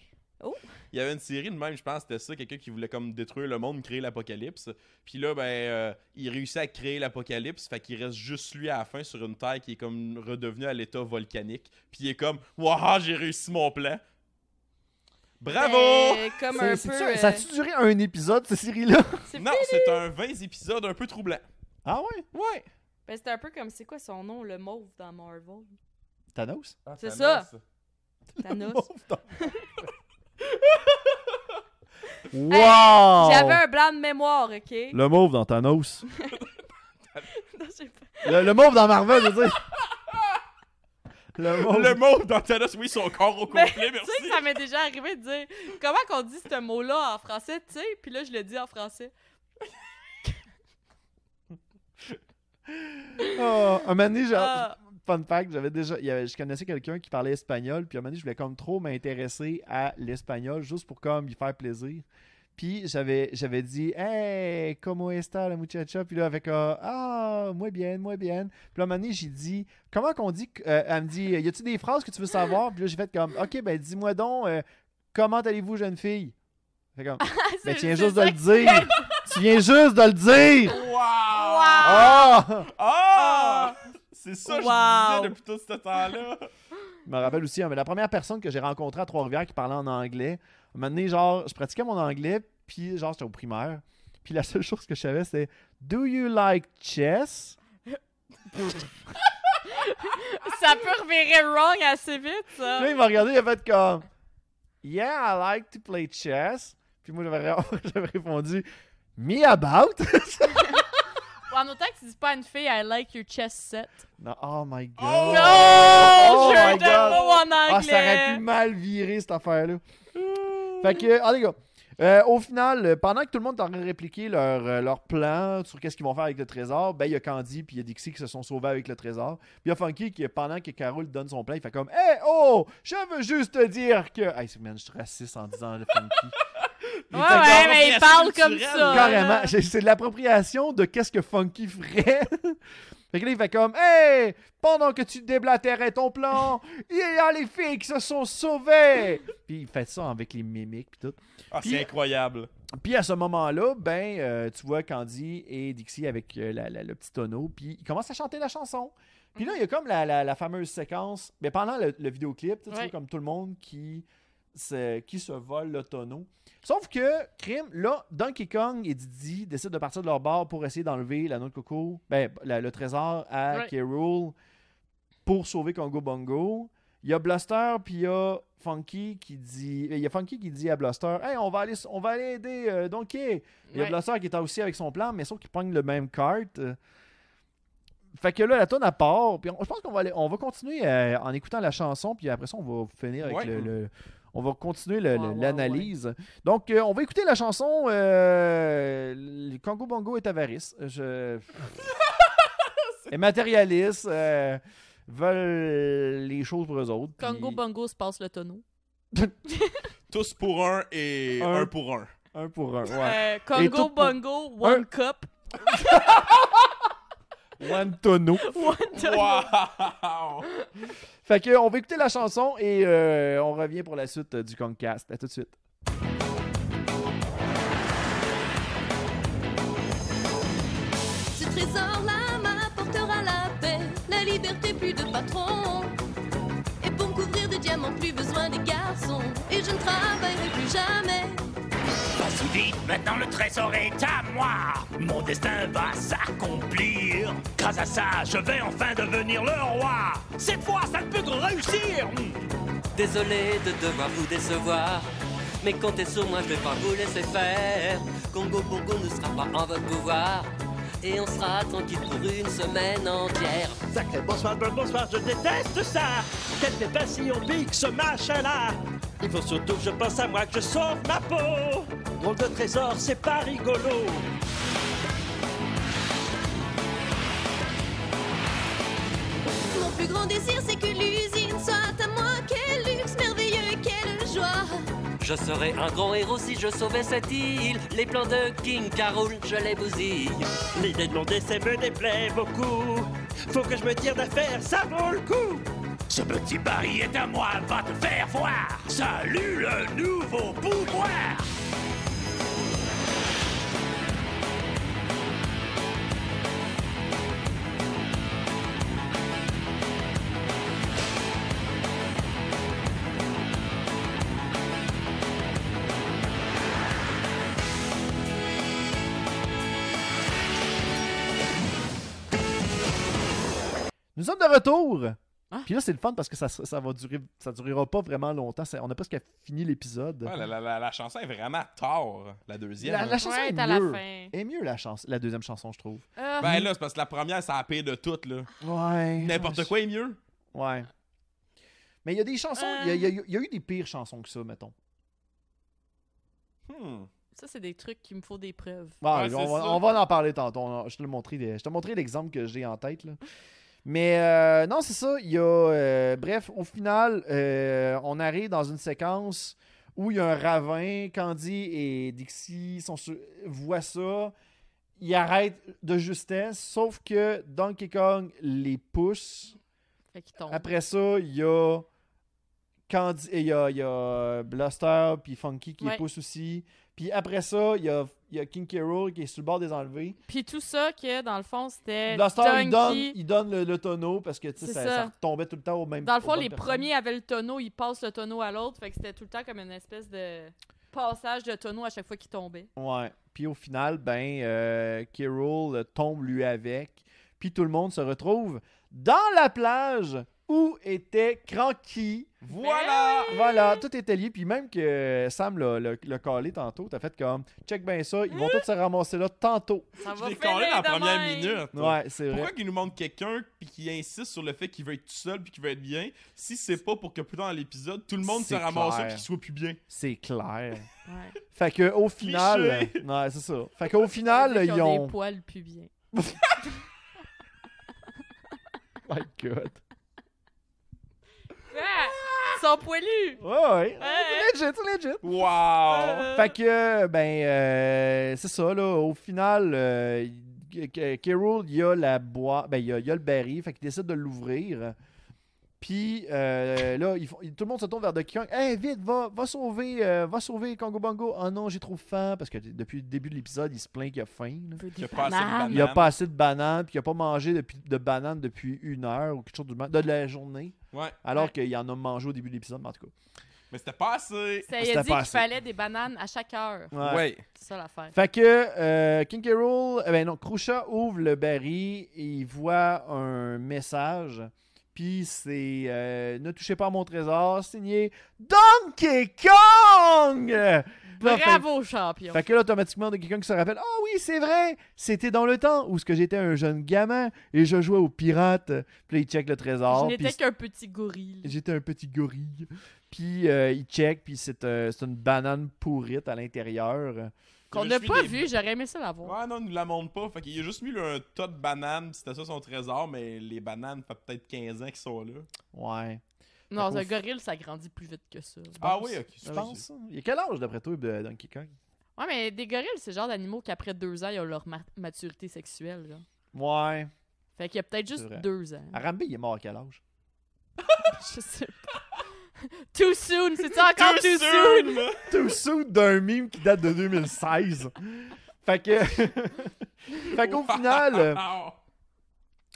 Speaker 3: Il y avait une série de même, je pense, c'était ça, quelqu'un qui voulait comme détruire le monde, créer l'apocalypse. Puis là, ben, euh, il réussit à créer l'apocalypse, fait qu'il reste juste lui à la fin sur une terre qui est comme redevenue à l'état volcanique. Puis il est comme, waouh, j'ai réussi mon plan. Bravo!
Speaker 2: Ben, comme un
Speaker 1: C'est-
Speaker 2: peu.
Speaker 1: c'est-tu-
Speaker 2: euh,
Speaker 1: Ça a-tu duré un épisode, cette série-là
Speaker 2: c'est
Speaker 3: Non, c'est un 20 épisodes un peu troublant.
Speaker 1: Ah ouais
Speaker 3: Ouais!
Speaker 2: ben, c'est un peu comme c'est quoi son nom, le mauve dans
Speaker 3: <laughs>
Speaker 2: Marvel?
Speaker 1: Thanos
Speaker 2: C'est ça. Thanos.
Speaker 1: Wow
Speaker 2: J'avais un blanc de mémoire, ok?
Speaker 1: Le mauve dans Thanos.
Speaker 2: Non, j'ai pas-
Speaker 1: le, le mauve dans Marvel, je veux
Speaker 2: <laughs>
Speaker 1: dire. Le mauve.
Speaker 3: Oh, Le mot dans Thanos, oui, son corps au
Speaker 2: Ben,
Speaker 3: complet,
Speaker 2: Tu sais que
Speaker 3: merci.
Speaker 2: ça m'est déjà arrivé de dire comment qu'on dit ce mot-là en français, tu sais? Puis là, je le dis en français.
Speaker 1: Ah, un moment donné, j'ai-
Speaker 2: Ah.
Speaker 1: fun fact, j'avais déjà, il y avait- je connaissais quelqu'un qui parlait espagnol, puis un moment donné, je voulais comme trop m'intéresser à l'espagnol, juste pour comme y faire plaisir. Puis j'avais, j'avais dit, hey, como está la muchacha? Puis là, avec, euh, ah, moi bien, moi bien. Puis là, un moment donné, j'ai dit, comment qu'on dit, que- euh, elle me dit, y a-tu des phrases que tu veux savoir? Puis là, j'ai fait comme, ok, ben dis-moi donc, euh, comment allez-vous, jeune fille? Fait comme,
Speaker 2: Ah,
Speaker 1: ben
Speaker 2: c'est-
Speaker 1: tu viens
Speaker 2: c'est
Speaker 1: juste de
Speaker 2: ça
Speaker 1: le
Speaker 2: que-
Speaker 1: dire! tu viens juste de le dire!
Speaker 3: Wow!
Speaker 1: Ah!
Speaker 3: Ah! C'est ça que je
Speaker 2: Wow.
Speaker 3: disais depuis tout ce temps-là.
Speaker 1: Je me rappelle aussi, hein, mais la première personne que j'ai rencontrée à Trois-Rivières qui parlait en anglais, un moment donné, genre, je pratiquais mon anglais, puis genre, j'étais au primaire. Puis la seule chose que je savais, c'était Do you like chess?
Speaker 2: Ça peut revirer wrong assez vite,
Speaker 1: Puis
Speaker 2: ça.
Speaker 1: là, il m'a regardé, il a fait comme Yeah, I like to play chess. Puis moi, j'avais ré- <laughs> j'avais répondu Me about? <laughs>
Speaker 2: En autant que tu dis pas à une fille, I like your chess set.
Speaker 1: non, oh my god.
Speaker 3: Oh!
Speaker 2: Non!
Speaker 1: Oh
Speaker 2: jeu
Speaker 1: my
Speaker 2: de
Speaker 1: God!
Speaker 2: mots en
Speaker 1: Ah, ça aurait
Speaker 2: anglais! Hmm.
Speaker 1: pu mal virer cette affaire-là. fait que, ah, les gars, euh, au final, euh, pendant que tout le monde est en train de répliquer leur, euh, leur plan sur qu'est-ce qu'ils vont faire avec le trésor, ben, il y a Candy puis il y a Dixie qui se sont sauvés avec le trésor. Puis il y a Funky qui, pendant que Carol donne son plan, il fait comme Hey, oh, je veux juste te dire que. Hey, c'est- man, je suis raciste en disant le Funky.
Speaker 2: ouais, ouais, mais il parle comme
Speaker 3: culturelle,
Speaker 2: ça.
Speaker 1: Carrément,
Speaker 2: là.
Speaker 1: c'est <laughs> c'est de l'appropriation de qu'est-ce que Funky ferait. <laughs> fait que là, il fait comme Hey, pendant que tu déblatérais ton plan, il y a les filles qui se sont sauvées. Puis il fait ça avec les mimiques puis tout.
Speaker 3: Ah, c'est incroyable.
Speaker 1: Puis à ce moment-là, ben, euh, tu vois Candy et Dixie avec euh, la- la- le petit tonneau, puis ils commencent à chanter la chanson. Puis là, il y a comme la, la- la fameuse séquence, mais pendant le, le vidéoclip, tu sais, tu
Speaker 2: Ouais.
Speaker 1: vois comme tout le monde qui se, qui se vole le tonneau. Sauf que, crime, là, Donkey Kong et Didi décident de partir de leur bar pour essayer d'enlever la noix de coco, ben, la- le trésor à
Speaker 2: Ouais.
Speaker 1: K. Rool pour sauver Congo Bongo. Il y a Blaster, puis il y a Funky qui dit. Il y a Funky qui dit à Blaster Hey, on va aller, on va aller aider euh, Donkey. Il y a
Speaker 2: Ouais.
Speaker 1: Blaster qui est aussi avec son plan, mais sauf qu'il pogne le même kart. Euh, Fait que là, la tonne à part. Puis on- je pense qu'on va, aller- on va continuer euh, en écoutant la chanson, puis après ça, on va finir avec
Speaker 3: Ouais.
Speaker 1: le- le. On va continuer le- le-
Speaker 2: Ouais, ouais,
Speaker 1: l'analyse. Donc, euh, on va écouter la chanson euh, le Congo Bongo est avarice.
Speaker 2: <laughs>
Speaker 1: Je... est matérialiste. euh, veulent les choses pour eux autres. puis-
Speaker 2: Congo Bongo se passe le tonneau.
Speaker 3: Tous pour un et
Speaker 1: Un.
Speaker 3: un, pour <laughs> un.
Speaker 1: Un pour un,
Speaker 2: <laughs>
Speaker 1: ouais.
Speaker 2: Euh,
Speaker 1: Et tout
Speaker 2: Congo
Speaker 1: pour-
Speaker 2: Bongo, One
Speaker 1: Un-
Speaker 2: Cup,
Speaker 1: One tonneau.
Speaker 2: One Tonneau.
Speaker 3: Wow!
Speaker 1: Fait que, on va écouter la chanson et euh, on revient pour la suite euh, du Concast. À tout de suite.
Speaker 5: Ce trésor-là m'apportera la paix, la liberté, plus de patron. Et pour me couvrir de diamants, plus besoin des garçons. Et je ne travaillerai plus jamais.
Speaker 4: Pas soudé, Maintenant le trésor est à moi. Ah, Mon destin va s'accomplir. Grâce à ça, je vais enfin devenir le roi. Cette fois, ça ne peut que réussir.
Speaker 6: Désolé de devoir vous décevoir. Mais comptez sur moi, je vais pas vous laisser faire. Congo Bongo ne sera pas en votre pouvoir. Et on sera tranquille pour une semaine entière.
Speaker 7: Sacré bonsoir, bon- bonsoir, je déteste ça Quelle dépression pique ce machin-là Il faut surtout que je pense à moi, que je sauve ma peau Drôle de trésor, c'est pas rigolo
Speaker 5: Mon plus grand désir, c'est que l'usine soit à moi. Quel luxe merveilleux, quelle joie.
Speaker 6: Je serais un grand héros si je sauvais cette île. Les plans de King Carol, je les bousille.
Speaker 7: L'idée de mon décès me déplaît beaucoup Faut que je me tire d'affaire, ça vaut le coup
Speaker 4: Ce petit Barry est à moi, va te faire voir. Salut le nouveau pouvoir.
Speaker 1: Nous sommes de retour.
Speaker 2: Ah.
Speaker 1: Puis là, c'est le fun parce que ça, ça va durer, ça durera pas vraiment longtemps. Ça- on a presque fini l'épisode.
Speaker 3: Ouais, la, la- la- la chanson est vraiment tard, la deuxième.
Speaker 1: La, la
Speaker 3: hein.
Speaker 1: chanson
Speaker 2: Ouais,
Speaker 1: est
Speaker 2: t'as la
Speaker 1: mieux.
Speaker 2: fin.
Speaker 1: Est mieux la chanson, la deuxième chanson, je trouve.
Speaker 2: Ah,
Speaker 3: Ben là, c'est parce que la première, c'est la pire de
Speaker 2: <laughs>
Speaker 3: toutes, là.
Speaker 1: Ouais.
Speaker 3: N'importe quoi est mieux.
Speaker 1: Ouais. Mais il y a des chansons, il y, a- il y a- il y a eu des pires chansons que ça, mettons.
Speaker 3: Hmm.
Speaker 2: Ça, c'est des trucs qui me faut des preuves.
Speaker 1: Ouais,
Speaker 3: Ouais, c'est
Speaker 1: on,
Speaker 3: ça.
Speaker 1: va, on va en parler tantôt. On- je te le montrerai des- je te montrerai l'exemple que j'ai en tête. là. Mais euh, non, c'est ça. Il y a, euh, bref, au final, euh, on arrive dans une séquence où il y a un ravin. Candy et Dixie sont sur- voient ça. Ils arrêtent de justesse. Sauf que Donkey Kong les pousse.
Speaker 2: Fait qu'ils tombent.
Speaker 1: Après ça, il y a Candy, il y a, il y a Blaster puis Funky qui les
Speaker 2: Ouais.
Speaker 1: poussent aussi. Puis après ça, il y a, il y a King Carol qui est sur le bord des enlevés.
Speaker 2: Puis tout ça, que dans le fond, c'était.
Speaker 1: Blaster, il donne,
Speaker 2: Euh, Donkey.
Speaker 1: il donne le, le tonneau parce que tu sais,
Speaker 2: C'est
Speaker 1: ça,
Speaker 2: ça.
Speaker 1: ça retombait tout le temps au même
Speaker 2: Dans le
Speaker 1: aux
Speaker 2: fond,
Speaker 1: bonnes
Speaker 2: les
Speaker 1: personnes.
Speaker 2: premiers avaient le tonneau, ils passent le tonneau à l'autre. Fait que c'était tout le temps comme une espèce de passage de tonneau à chaque fois qu'ils tombaient.
Speaker 1: Ouais. Puis au final, ben, euh, Carol tombe lui avec. Puis tout le monde se retrouve dans la plage où était Cranky.
Speaker 3: Voilà!
Speaker 2: Ben
Speaker 1: Voilà, tout était lié. Puis même que Sam l'a- l'a l'a calé tantôt, t'as fait comme check bien ça, ils vont tous se ramasser là tantôt.
Speaker 2: Ça
Speaker 3: Je
Speaker 2: va
Speaker 3: l'ai
Speaker 2: finir
Speaker 3: collé dans la
Speaker 2: de
Speaker 3: première
Speaker 2: même.
Speaker 3: minute.
Speaker 1: Ouais, c'est vrai.
Speaker 3: Pourquoi qu'il nous montre quelqu'un puis qu'il insiste sur le fait qu'il veut être tout seul puis qu'il veut être bien si c'est pas pour que plus tard dans l'épisode tout le monde se
Speaker 1: C'est
Speaker 3: ramasse
Speaker 1: clair.
Speaker 3: et qu'il soit plus bien
Speaker 1: C'est clair.
Speaker 2: Ouais.
Speaker 1: Fait que au final,
Speaker 3: Cliché.
Speaker 1: ouais, c'est ça. Fait qu'au final,
Speaker 2: Ils
Speaker 1: ils ont
Speaker 2: des poils pubiens.
Speaker 1: Oh My God.
Speaker 2: Ah! Ils sont poilus!
Speaker 1: Ouais, ouais.
Speaker 2: Ouais.
Speaker 1: C'est legit, c'est legit.
Speaker 2: <laughs>
Speaker 3: Wow!
Speaker 1: Fait que, ben, euh, c'est ça, là. Au final, euh, K- Carol, il y a la boîte, ben, il y a, il y a le baril, fait qu'il décide de l'ouvrir. Puis, euh, là, ils font- tout le monde se tourne vers Donkey Kong. Hey, vite, va, va sauver, euh, va sauver Congo Bongo. Oh non, j'ai trop faim. Parce que depuis le début de l'épisode, il se plaint qu'il a faim. là.
Speaker 3: Il a pas assez de
Speaker 2: bananes.
Speaker 1: Il n'a
Speaker 3: bananes.
Speaker 1: pas assez de bananes, puis il n'a pas mangé depuis- de bananes depuis une heure ou quelque chose du genre, de la journée.
Speaker 3: Ouais,
Speaker 1: Alors
Speaker 2: Ouais.
Speaker 1: qu'il en a mangé au début de l'épisode, mais en tout
Speaker 3: mais c'était pas assez.
Speaker 2: Ça, il
Speaker 1: C'était
Speaker 2: a
Speaker 1: pas
Speaker 2: dit qu'il
Speaker 1: assez.
Speaker 2: fallait des bananes à chaque heure.
Speaker 1: cas.
Speaker 2: C'est ça l'affaire.
Speaker 1: Fait que euh, King Carol, eh ben non, Krusha ouvre le baril et il voit un message. Puis c'est euh, Ne touchez pas à mon trésor, signé Donkey Kong! Là, fait-
Speaker 2: Bravo, champion!
Speaker 1: Fait que là, automatiquement, de quelqu'un qui se rappelle, ah oui, c'est vrai, c'était dans le temps où ce que j'étais un jeune gamin et je jouais aux pirates. Puis là, il check le
Speaker 2: Je
Speaker 1: trésor. puis
Speaker 2: n'étais qu'un petit gorille.
Speaker 1: J'étais un petit gorille. Puis euh, il check, puis c'est euh, c'est une banane pourrite à l'intérieur.
Speaker 2: Qu'on
Speaker 3: Je
Speaker 2: n'a
Speaker 3: suis
Speaker 2: pas
Speaker 3: des-
Speaker 2: vu, j'aurais aimé ça l'avoir.
Speaker 3: Ouais, non, il nous la montre pas. Fait qu'il a juste mis là, un tas de bananes, pis c'était ça son trésor, mais les bananes, fait peut-être 15 ans qu'ils sont là.
Speaker 1: Ouais.
Speaker 2: Non,
Speaker 1: Fait
Speaker 2: un
Speaker 1: qu'au-
Speaker 2: gorille, ça grandit plus vite que ça.
Speaker 3: Ah oui, ok,
Speaker 1: Je
Speaker 3: excusez.
Speaker 1: pense. Il y a quel âge, d'après toi, de Donkey Kong
Speaker 2: Ouais, mais des gorilles, c'est le genre d'animaux qu'après deux ans, ils ont leur ma- maturité sexuelle. Là.
Speaker 1: Ouais.
Speaker 2: Fait qu'il y a peut-être juste
Speaker 1: C'est vrai. Ah.
Speaker 2: deux ans.
Speaker 1: Arambe, il est mort à quel âge
Speaker 2: <laughs> Je sais pas. too soon, c'est encore too,
Speaker 3: Too
Speaker 2: soon?
Speaker 3: soon, là!
Speaker 1: Tout sous d'un meme qui date de 2016. fait que. <laughs> fait qu'au final. euh,
Speaker 3: Wow.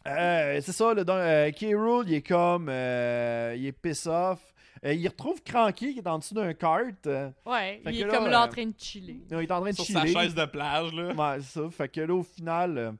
Speaker 1: Euh, c'est ça, le don, euh, K. Rool, il est comme. euh, il est piss off. Euh, il retrouve Cranky qui est en dessous d'un kart. euh,
Speaker 2: Ouais,
Speaker 1: Fait
Speaker 2: il
Speaker 1: que
Speaker 2: est
Speaker 1: là,
Speaker 2: comme là
Speaker 1: euh,
Speaker 2: en train de chiller.
Speaker 1: il est en train de
Speaker 3: Sur
Speaker 1: chiller.
Speaker 3: sa chaise de plage, là.
Speaker 1: Ouais, c'est ça. Fait que là, au final, euh,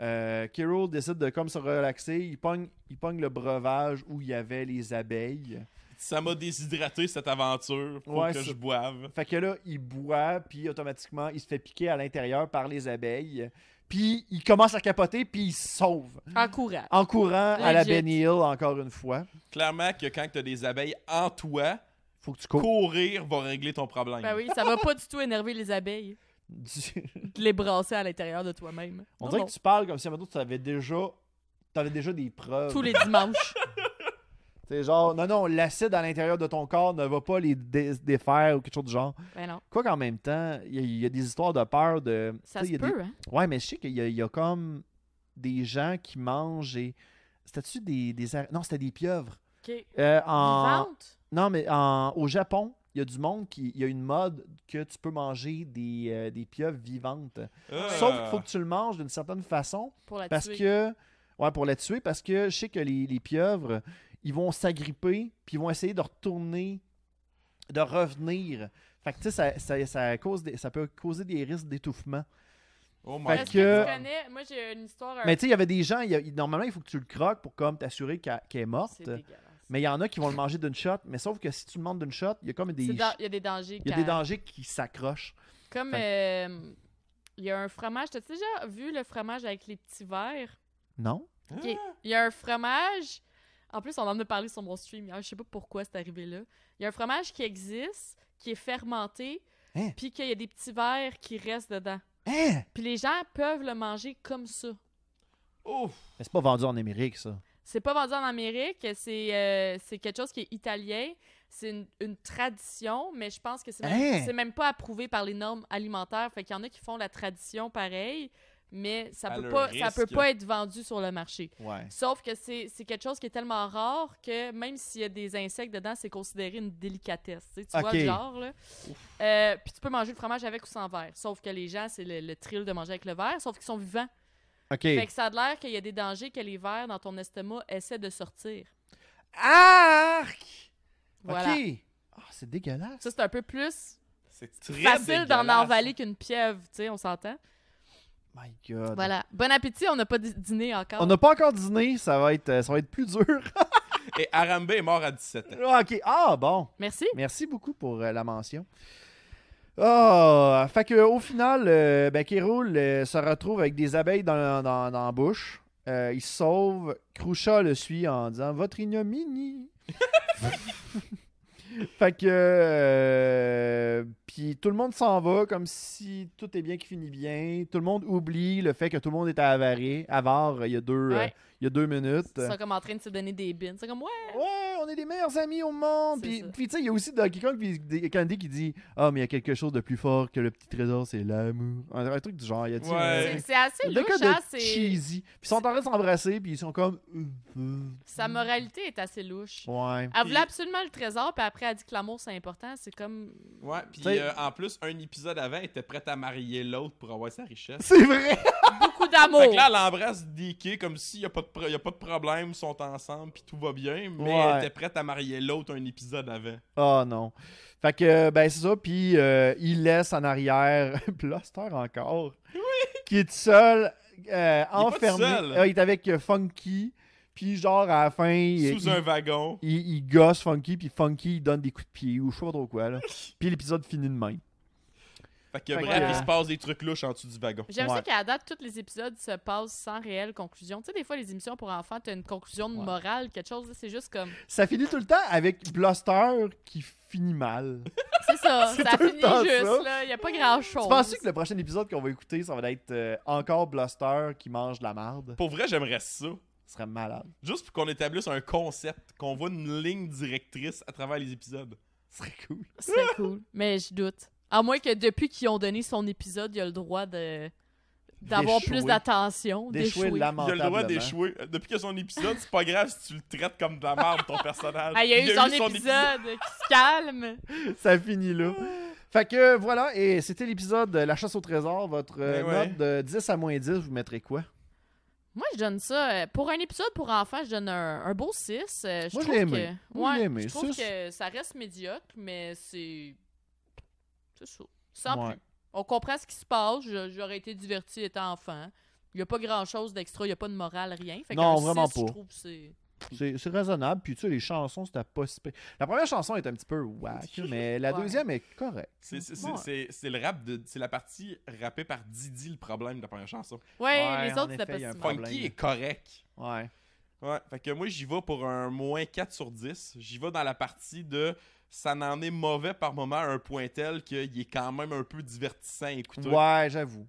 Speaker 1: euh, Carol décide de comme se relaxer. Il pogne, il pogne le breuvage où il y avait les abeilles.
Speaker 3: Ça m'a déshydraté cette aventure. Faut
Speaker 1: Ouais,
Speaker 3: que
Speaker 1: c'est-
Speaker 3: je boive.
Speaker 1: Fait que là, il boit, puis automatiquement, il se fait piquer à l'intérieur par les abeilles. Puis il commence à capoter, puis il se sauve.
Speaker 2: En courant.
Speaker 1: En courant à la
Speaker 2: Legit.
Speaker 1: Benny Hill, encore une fois.
Speaker 3: Clairement que quand t'as des abeilles en toi,
Speaker 1: Faut que tu cours.
Speaker 3: courir va régler ton problème.
Speaker 2: Ben oui, ça va pas du tout énerver les abeilles.
Speaker 1: Du-
Speaker 2: De les brasser à l'intérieur de toi-même.
Speaker 1: On
Speaker 2: Non,
Speaker 1: dirait
Speaker 2: non.
Speaker 1: que tu parles comme si, maintenant, tu avais déjà, t'avais déjà des preuves.
Speaker 2: Tous les dimanches.
Speaker 1: C'est genre, non, non, l'acide à l'intérieur de ton corps ne va pas les dé- défaire ou quelque chose du genre.
Speaker 2: ben non,
Speaker 1: Quoi qu'en même temps, il y, a- il y a des histoires de peur de.
Speaker 2: ça
Speaker 1: tu sais, il
Speaker 2: se
Speaker 1: y a des-
Speaker 2: peut, hein?
Speaker 1: Ouais, mais je sais qu'il y, a- il y a comme des gens qui mangent et. C'était-tu des, des ara- Non, c'était des pieuvres.
Speaker 2: OK.
Speaker 1: Euh, en...
Speaker 2: Vivante?
Speaker 1: Non, mais en... au Japon, il y a du monde qui. Il y a une mode que tu peux manger des, euh, des pieuvres vivantes.
Speaker 3: Ah.
Speaker 1: Sauf qu'il faut que tu le manges d'une certaine façon
Speaker 2: Pour la
Speaker 1: parce
Speaker 2: tuer.
Speaker 1: que. Ouais, pour la tuer, parce que je sais que les, les pieuvres, ils vont s'agripper, puis ils vont essayer de retourner, de revenir. Fait que, tu sais, ça, ça, ça cause des- ça peut causer des risques d'étouffement.
Speaker 3: Oh my
Speaker 1: Fait
Speaker 2: Est-ce
Speaker 1: que-
Speaker 2: que tu connais? Moi, j'ai une histoire... un-
Speaker 1: Mais tu sais, il y avait des gens, il y a- il- normalement, il faut que tu le croques pour comme t'assurer qu'elle qu'elle est morte.
Speaker 2: C'est dégueulasse.
Speaker 1: Mais il y en a qui vont le manger d'une shot. Mais sauf que si tu le manges d'une shot, il y a comme des,
Speaker 2: C'est dans- Il y a des dangers.
Speaker 1: il y a
Speaker 2: quand-
Speaker 1: des dangers qui s'accrochent.
Speaker 2: Comme... euh, Il y a un fromage. T'as-tu déjà vu le fromage avec les petits verres?
Speaker 1: Non?
Speaker 2: Ok. Il y a un fromage. En plus, on en a parlé sur mon stream hier. Je sais pas pourquoi c'est arrivé là. Il y a un fromage qui existe, qui est fermenté,
Speaker 1: Hein?
Speaker 2: puis qu'il y a des petits verres qui restent dedans.
Speaker 1: Hein?
Speaker 2: Puis les gens peuvent le manger comme ça.
Speaker 3: Ouf.
Speaker 1: Mais c'est pas vendu en Amérique, ça.
Speaker 2: C'est pas vendu en Amérique, c'est euh, c'est quelque chose qui est italien. C'est une, une tradition, mais je pense que c'est même,
Speaker 1: Hein?
Speaker 2: c'est même pas approuvé par les normes alimentaires. Fait qu'il y en a qui font la tradition pareil, mais ça
Speaker 3: À
Speaker 2: peut
Speaker 3: leur
Speaker 2: pas, ça peut
Speaker 3: risque.
Speaker 2: pas être vendu sur le marché.
Speaker 1: Ouais.
Speaker 2: Sauf que c'est c'est quelque chose qui est tellement rare que même s'il y a des insectes dedans, c'est considéré une délicatesse. Tu, sais, tu vois
Speaker 1: Ok.
Speaker 2: le genre, là. Euh, puis tu peux manger le fromage avec ou sans verre. Sauf que les gens, c'est le, le thrill de manger avec le verre, sauf qu'ils sont vivants.
Speaker 1: OK.
Speaker 2: Fait que ça a l'air qu'il y a des dangers que les vers dans ton estomac essaient de sortir.
Speaker 1: Arc!
Speaker 2: Voilà.
Speaker 1: OK. Ah, c'est dégueulasse.
Speaker 2: Ça, c'est un peu plus
Speaker 3: C'est très
Speaker 2: facile d'en
Speaker 3: dégueulasse.
Speaker 2: avaler qu'une pieuvre, tu sais, on s'entend.
Speaker 1: My God.
Speaker 2: Voilà. Bon appétit, on n'a pas d- dîné encore.
Speaker 1: Ah, On n'a pas encore dîné, ça va être, euh, ça va être plus dur.
Speaker 3: Et Arambe est mort à 17 ans.
Speaker 1: Ah, <laughs> OK. Ah, bon.
Speaker 2: Merci.
Speaker 1: Merci beaucoup pour euh, la mention. Ah, fait que au final, euh, ben, Kéroul euh, se retrouve avec des abeilles dans, dans, dans la bouche. Euh, il se sauve. Krusha le suit en disant Votre ignominie. <laughs> fait que. euh, Puis tout le monde s'en va comme si tout est bien qui finit bien. Tout le monde oublie le fait que tout le monde est avaré. Avare, il y a deux, euh,
Speaker 2: Ouais.
Speaker 1: il y a deux minutes.
Speaker 2: Ils sont comme en train de se donner des bins. C'est comme, ouais,
Speaker 1: Ouais, on est les meilleurs amis au monde.
Speaker 2: C'est
Speaker 1: Puis,
Speaker 2: ça.
Speaker 1: puis tu sais, il y a aussi Donkey Kong puis des- Candy qui dit Ah, mais il y a quelque chose de plus fort que le petit trésor, c'est l'amour. Un, un truc du genre, il y a
Speaker 3: Ouais.
Speaker 2: c'est- c'est assez
Speaker 1: Euh. Le
Speaker 2: louche,
Speaker 1: cas
Speaker 2: hein,
Speaker 1: de
Speaker 2: c'est-
Speaker 1: cheesy. Puis ils sont en train de s'embrasser, puis ils sont comme. Euh,
Speaker 2: Sa moralité est assez louche. <laughs>
Speaker 1: Ouais.
Speaker 2: Elle voulait
Speaker 3: Puis-
Speaker 2: absolument le trésor, puis après, elle dit que l'amour, c'est important. C'est
Speaker 1: <laughs>
Speaker 2: comme...
Speaker 3: Ouais, puis
Speaker 1: T'sais-
Speaker 3: euh, en plus, un épisode avant, elle était prête à marier l'autre pour avoir sa richesse.
Speaker 1: C'est vrai!
Speaker 2: Beaucoup
Speaker 3: Fait
Speaker 2: d'amour.
Speaker 3: que là, elle embrasse Dicky comme s'il n'y a, pas de pro- y a pas de problème, ils sont ensemble, puis tout va bien, mais
Speaker 1: Ouais.
Speaker 3: elle était prête à marier l'autre un épisode avant.
Speaker 1: Oh non. Fait que, euh, ben, c'est ça, puis euh, il laisse en arrière <laughs> Blaster encore. Qui est tout seul, euh,
Speaker 3: pas tout
Speaker 1: enfermé.
Speaker 3: seul.
Speaker 1: Ah, il est avec euh, Funky, puis genre à la fin. il-
Speaker 3: Sous
Speaker 1: il-
Speaker 3: un wagon.
Speaker 1: il, il gosse Funky, puis Funky il donne des coups de pied ou je sais pas trop
Speaker 2: <laughs>
Speaker 1: quoi. Là. Puis l'épisode finit de même.
Speaker 3: Fait que
Speaker 1: Fait
Speaker 3: bref,
Speaker 1: que- euh,
Speaker 3: il se passe des trucs louches en dessous du wagon.
Speaker 2: J'aime
Speaker 1: Ouais.
Speaker 2: ça qu'à la date, tous les épisodes se passent sans réelle conclusion. Tu sais, des fois, les émissions pour enfants, t'as une conclusion de
Speaker 1: Ouais.
Speaker 2: morale, quelque chose, là, c'est juste comme...
Speaker 1: Ça finit tout le temps avec Blaster qui finit mal.
Speaker 2: C'est ça,
Speaker 1: <laughs> C'est
Speaker 2: ça
Speaker 1: tout le
Speaker 2: finit juste,
Speaker 1: temps ça.
Speaker 2: là. Y a pas grand-chose.
Speaker 1: Tu penses que le prochain épisode qu'on va écouter, ça va être euh, encore Blaster qui mange de la marde?
Speaker 3: Pour vrai, j'aimerais ça.
Speaker 1: Ce serait malade.
Speaker 3: Juste pour qu'on établisse un concept, qu'on voit une ligne directrice à travers les épisodes.
Speaker 1: Ce serait cool.
Speaker 2: C'est cool, mais je doute. À moins que depuis qu'ils ont donné son épisode, il a le droit de d'avoir
Speaker 1: D'échouer.
Speaker 2: plus d'attention,
Speaker 1: D'échouer
Speaker 2: d'échouer.
Speaker 3: Il a
Speaker 1: lamentablement.
Speaker 3: le droit d'échouer. Depuis que son épisode, c'est pas grave si tu le traites comme de la merde, ton personnage.
Speaker 2: Ah, il a eu son, épisode, qui se calme.
Speaker 1: Ça finit là.
Speaker 2: Ah.
Speaker 1: Fait que voilà, et c'était l'épisode de La chasse au trésor. Votre euh,
Speaker 3: Ben ouais.
Speaker 1: note de 10 à moins 10, vous mettrez quoi?
Speaker 2: Moi, je donne ça. euh, Pour un épisode pour enfants, je donne un, un beau 6. je
Speaker 1: Moi, je
Speaker 2: trouve
Speaker 1: l'ai aimé.
Speaker 2: Que,
Speaker 1: Moi, je l'ai
Speaker 2: Ouais,
Speaker 1: aimé.
Speaker 2: Je trouve
Speaker 1: Six.
Speaker 2: que ça reste médiocre, mais c'est. C'est ça. Sans
Speaker 1: Ouais.
Speaker 2: plus. On comprend ce qui se passe. Je- J'aurais été diverti étant enfant. Il n'y a pas grand-chose d'extra. Il n'y a pas de morale, rien. Fait
Speaker 1: Non,
Speaker 2: qu'un
Speaker 1: vraiment
Speaker 2: six, je
Speaker 1: pas.
Speaker 2: trouve que c'est.
Speaker 1: C'est c'est raisonnable. Puis tu sais, les chansons, c'était pas si pire. La première chanson est un petit peu whack, mais la
Speaker 2: <laughs> Ouais.
Speaker 1: deuxième est correcte.
Speaker 3: C'est c'est-
Speaker 2: Ouais.
Speaker 3: c'est- c'est- c'est le rap de. C'est la partie rappée par Didi le problème de la première chanson.
Speaker 2: Ouais,
Speaker 1: Ouais,
Speaker 2: les
Speaker 1: en
Speaker 2: autres, c'était
Speaker 1: effet,
Speaker 2: pas
Speaker 1: il y a
Speaker 2: si
Speaker 1: un
Speaker 2: mal.
Speaker 1: problème.
Speaker 3: Funky est correct.
Speaker 1: Ouais.
Speaker 3: Ouais. Fait que moi j'y vais pour un moins 4 sur 10. J'y vais dans la partie de ça n'en est mauvais par moment à un point tel qu'il est quand même un peu divertissant à écouter.
Speaker 1: Ouais, j'avoue.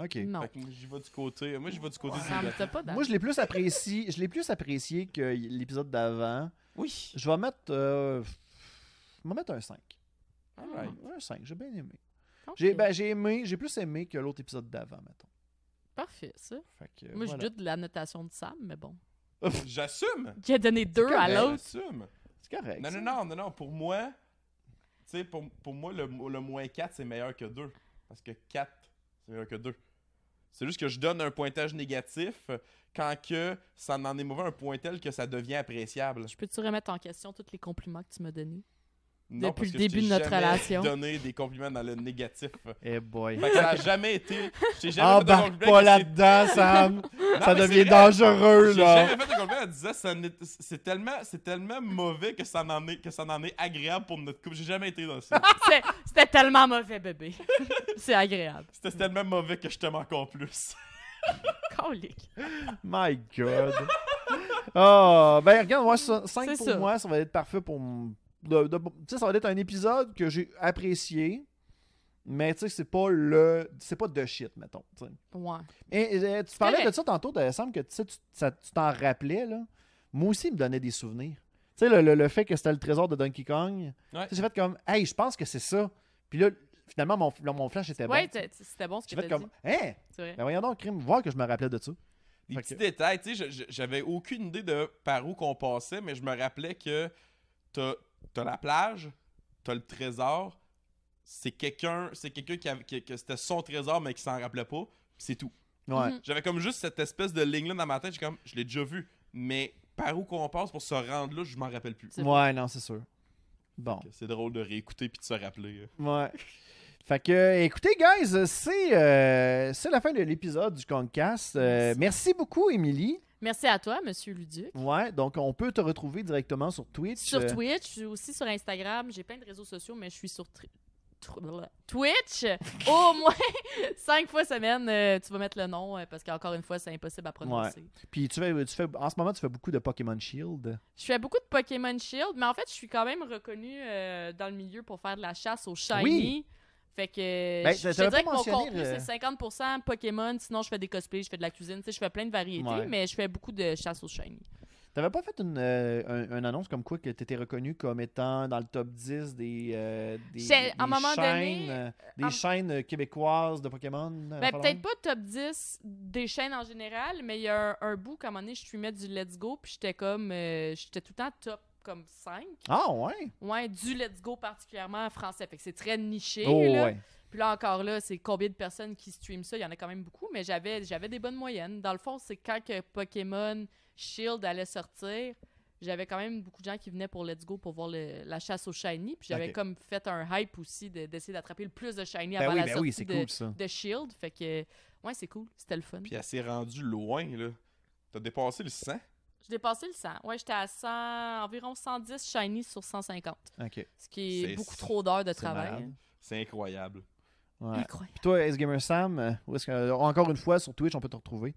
Speaker 1: OK.
Speaker 2: Non.
Speaker 3: Fait que moi j'y vais du côté. Moi j'y vais du côté du
Speaker 2: Ça me
Speaker 3: négatif.
Speaker 2: t'a pas dans-
Speaker 1: Moi, je l'ai plus apprécié. Je l'ai plus apprécié que l'épisode d'avant.
Speaker 3: Oui.
Speaker 1: Je vais mettre. euh, je vais mettre un 5.
Speaker 3: Alright.
Speaker 1: Un 5, j'ai bien aimé.
Speaker 2: Ok.
Speaker 1: J'ai ben, j'ai aimé, j'ai plus aimé que l'autre épisode d'avant, mettons.
Speaker 2: Parfait, ça.
Speaker 1: Fait que,
Speaker 2: Moi,
Speaker 1: voilà.
Speaker 2: je doute de la notation de Sam, mais bon.
Speaker 3: J'assume. Ben,
Speaker 2: Qui a donné deux à
Speaker 1: correct.
Speaker 2: l'autre.
Speaker 3: J'assume.
Speaker 1: C'est correct.
Speaker 3: Non,
Speaker 1: ça.
Speaker 3: non, non, non, non. Pour moi, tu sais, pour, pour moi, le, le moins 4, c'est meilleur que 2. Parce que 4, c'est meilleur que 2. C'est juste que je donne un pointage négatif euh, quand que ça n'en est mauvais un point tel que ça devient appréciable.
Speaker 2: Je peux-tu remettre en question tous les compliments que tu m'as donnés?
Speaker 3: Non,
Speaker 2: Depuis
Speaker 3: parce
Speaker 2: le
Speaker 3: que je
Speaker 2: début
Speaker 3: t'ai
Speaker 2: de notre
Speaker 3: jamais
Speaker 2: relation.
Speaker 3: donné des compliments dans
Speaker 2: <laughs>
Speaker 3: le négatif.
Speaker 1: Eh boy.
Speaker 3: Fait que ça n'a jamais été. J'ai
Speaker 2: Ah,
Speaker 3: jamais fait de
Speaker 2: bah,
Speaker 1: Embarque
Speaker 3: compliment
Speaker 1: pas
Speaker 3: que c'est- <laughs>
Speaker 1: là-dedans, Sam.
Speaker 3: Non,
Speaker 1: ça
Speaker 3: mais c'est
Speaker 1: devient
Speaker 3: vrai.
Speaker 1: dangereux,
Speaker 3: J'ai
Speaker 1: là.
Speaker 3: jamais fait de compliment en disant ça n'est- c'est tellement, c'est tellement mauvais que ça, n'en est, que ça n'en est agréable pour notre couple. J'ai jamais été
Speaker 2: <laughs>
Speaker 3: dans ça.
Speaker 2: C'est- C'était tellement mauvais, bébé. <laughs> C'est agréable.
Speaker 3: C'était tellement mauvais que je t'aime encore plus.
Speaker 2: Colique.
Speaker 1: My God. <laughs> Ah, ben regarde, moi, 5
Speaker 2: C'est
Speaker 1: pour
Speaker 2: ça.
Speaker 1: moi, ça va être parfait pour. m- de- de- tu sais, ça va être un épisode que j'ai apprécié, mais tu sais, c'est pas le. C'est pas de shit, mettons. tu sais.
Speaker 2: Ouais.
Speaker 1: Et, euh, tu parlais de
Speaker 2: correct.
Speaker 1: ça tantôt, de- il semble que tu sais, tu ça- tu t'en rappelais, là. Moi aussi, il me donnait des souvenirs. Tu sais, le, le- le fait que c'était le trésor de Donkey Kong,
Speaker 3: Ouais.
Speaker 1: tu sais, j'ai fait comme, hey, je pense que c'est ça. Puis là, finalement, mon, là, mon flash était
Speaker 2: Ouais,
Speaker 1: bon.
Speaker 2: t'as- c'était bon ce que
Speaker 1: J'ai
Speaker 2: t'as
Speaker 1: fait
Speaker 2: dit.
Speaker 1: comme, hein,
Speaker 2: C'est vrai.
Speaker 1: ben voyons donc, crime, voir que je me rappelais de ça.
Speaker 3: Des
Speaker 1: Fait
Speaker 3: petits
Speaker 1: que-
Speaker 3: détails, tu sais, je- je- j'avais aucune idée de par où qu'on passait, mais je me rappelais que t'as t'as la plage, t'as le trésor, c'est quelqu'un c'est quelqu'un qui, avait- qui- que c'était son trésor mais qui s'en rappelait pas, pis c'est tout.
Speaker 1: Ouais.
Speaker 2: Mhm.
Speaker 3: J'avais comme juste cette espèce de ligne là dans ma tête, j'ai comme je l'ai déjà vu, mais par où qu'on passe pour se rendre là, je m'en rappelle plus.
Speaker 2: C'est
Speaker 1: Ouais, non, c'est sûr. Bon.
Speaker 3: C'est drôle de réécouter puis de se rappeler. euh.
Speaker 1: Ouais. Fait que, euh, écoutez, guys, c'est euh, c'est la fin de l'épisode du Concast. Euh,
Speaker 2: Merci.
Speaker 1: merci beaucoup, Émilie.
Speaker 2: Merci à toi, Monsieur Luduc.
Speaker 1: Ouais, donc on peut te retrouver directement sur Twitch.
Speaker 2: Sur
Speaker 1: Euh,
Speaker 2: Twitch, je suis aussi sur Instagram. J'ai plein de réseaux sociaux, mais je suis sur tri- tr- blablabla.
Speaker 1: <laughs>
Speaker 2: Twitch au moins cinq fois semaine. euh, tu vas mettre le nom euh, parce qu'encore une fois, c'est impossible à prononcer.
Speaker 1: Puis tu fais, tu fais, en ce moment, tu fais beaucoup de Pokémon Shield.
Speaker 2: Je fais beaucoup de Pokémon Shield, mais en fait, je suis quand même reconnue euh, dans le milieu pour faire de la chasse aux shiny.
Speaker 1: Oui.
Speaker 2: Fait que
Speaker 1: Ben,
Speaker 2: je,
Speaker 1: t'avais
Speaker 2: je te dirais
Speaker 1: pas
Speaker 2: que mon
Speaker 1: mentionné,
Speaker 2: contenu,
Speaker 1: euh,
Speaker 2: c'est 50% Pokémon. Sinon, je fais des cosplays, je fais de la cuisine, tu sais, je fais plein de variétés,
Speaker 1: Ouais.
Speaker 2: mais je fais beaucoup de chasse aux shiny.
Speaker 1: T'avais pas fait une, euh, un- une annonce comme quoi que t'étais reconnu comme étant dans le top 10 des, euh, des,
Speaker 2: J'ai- à
Speaker 1: des
Speaker 2: un moment
Speaker 1: chaînes,
Speaker 2: donné,
Speaker 1: euh, des
Speaker 2: en-
Speaker 1: chaînes québécoises de Pokémon? euh,
Speaker 2: Ben,
Speaker 1: par là?
Speaker 2: peut-être pas top 10 des chaînes en général, mais il y a un, un bout, qu'à un moment donné, je fumais du Let's Go, puis j'étais comme. euh, j'étais tout le temps top comme 5.
Speaker 1: Ah ouais?
Speaker 2: Ouais, du Let's Go particulièrement français. Fait que c'est très niché.
Speaker 1: Oh
Speaker 2: là.
Speaker 1: ouais.
Speaker 2: Puis là encore là, c'est combien de personnes qui streament ça? Il y en a quand même beaucoup, mais j'avais j'avais des bonnes moyennes. Dans le fond, c'est quand que Pokémon Shield allait sortir, j'avais quand même beaucoup de gens qui venaient pour Let's Go pour voir le- la chasse au shiny. Puis j'avais
Speaker 1: Ok.
Speaker 2: comme fait un hype aussi de- d'essayer d'attraper le plus de shiny
Speaker 1: Ben
Speaker 2: avant
Speaker 1: oui,
Speaker 2: la
Speaker 1: ben
Speaker 2: sortie
Speaker 1: oui, c'est
Speaker 2: de,
Speaker 1: cool ça.
Speaker 2: de Shield. Fait que ouais, c'est cool, c'était le fun.
Speaker 3: Puis elle s'est rendue loin là. T'as dépassé le 100.
Speaker 2: Je dépassais le 100. Ouais, j'étais à 100 environ 110 shiny sur 150,
Speaker 1: Ok.
Speaker 2: ce qui est,
Speaker 3: C'est-
Speaker 2: beaucoup trop d'heures de
Speaker 1: c'est
Speaker 2: travail.
Speaker 1: malade.
Speaker 3: C'est incroyable.
Speaker 1: Ouais.
Speaker 2: Incroyable.
Speaker 1: Puis toi, S-Gamer Sam, euh, où est-ce que, euh, encore une fois, sur Twitch, on peut te retrouver?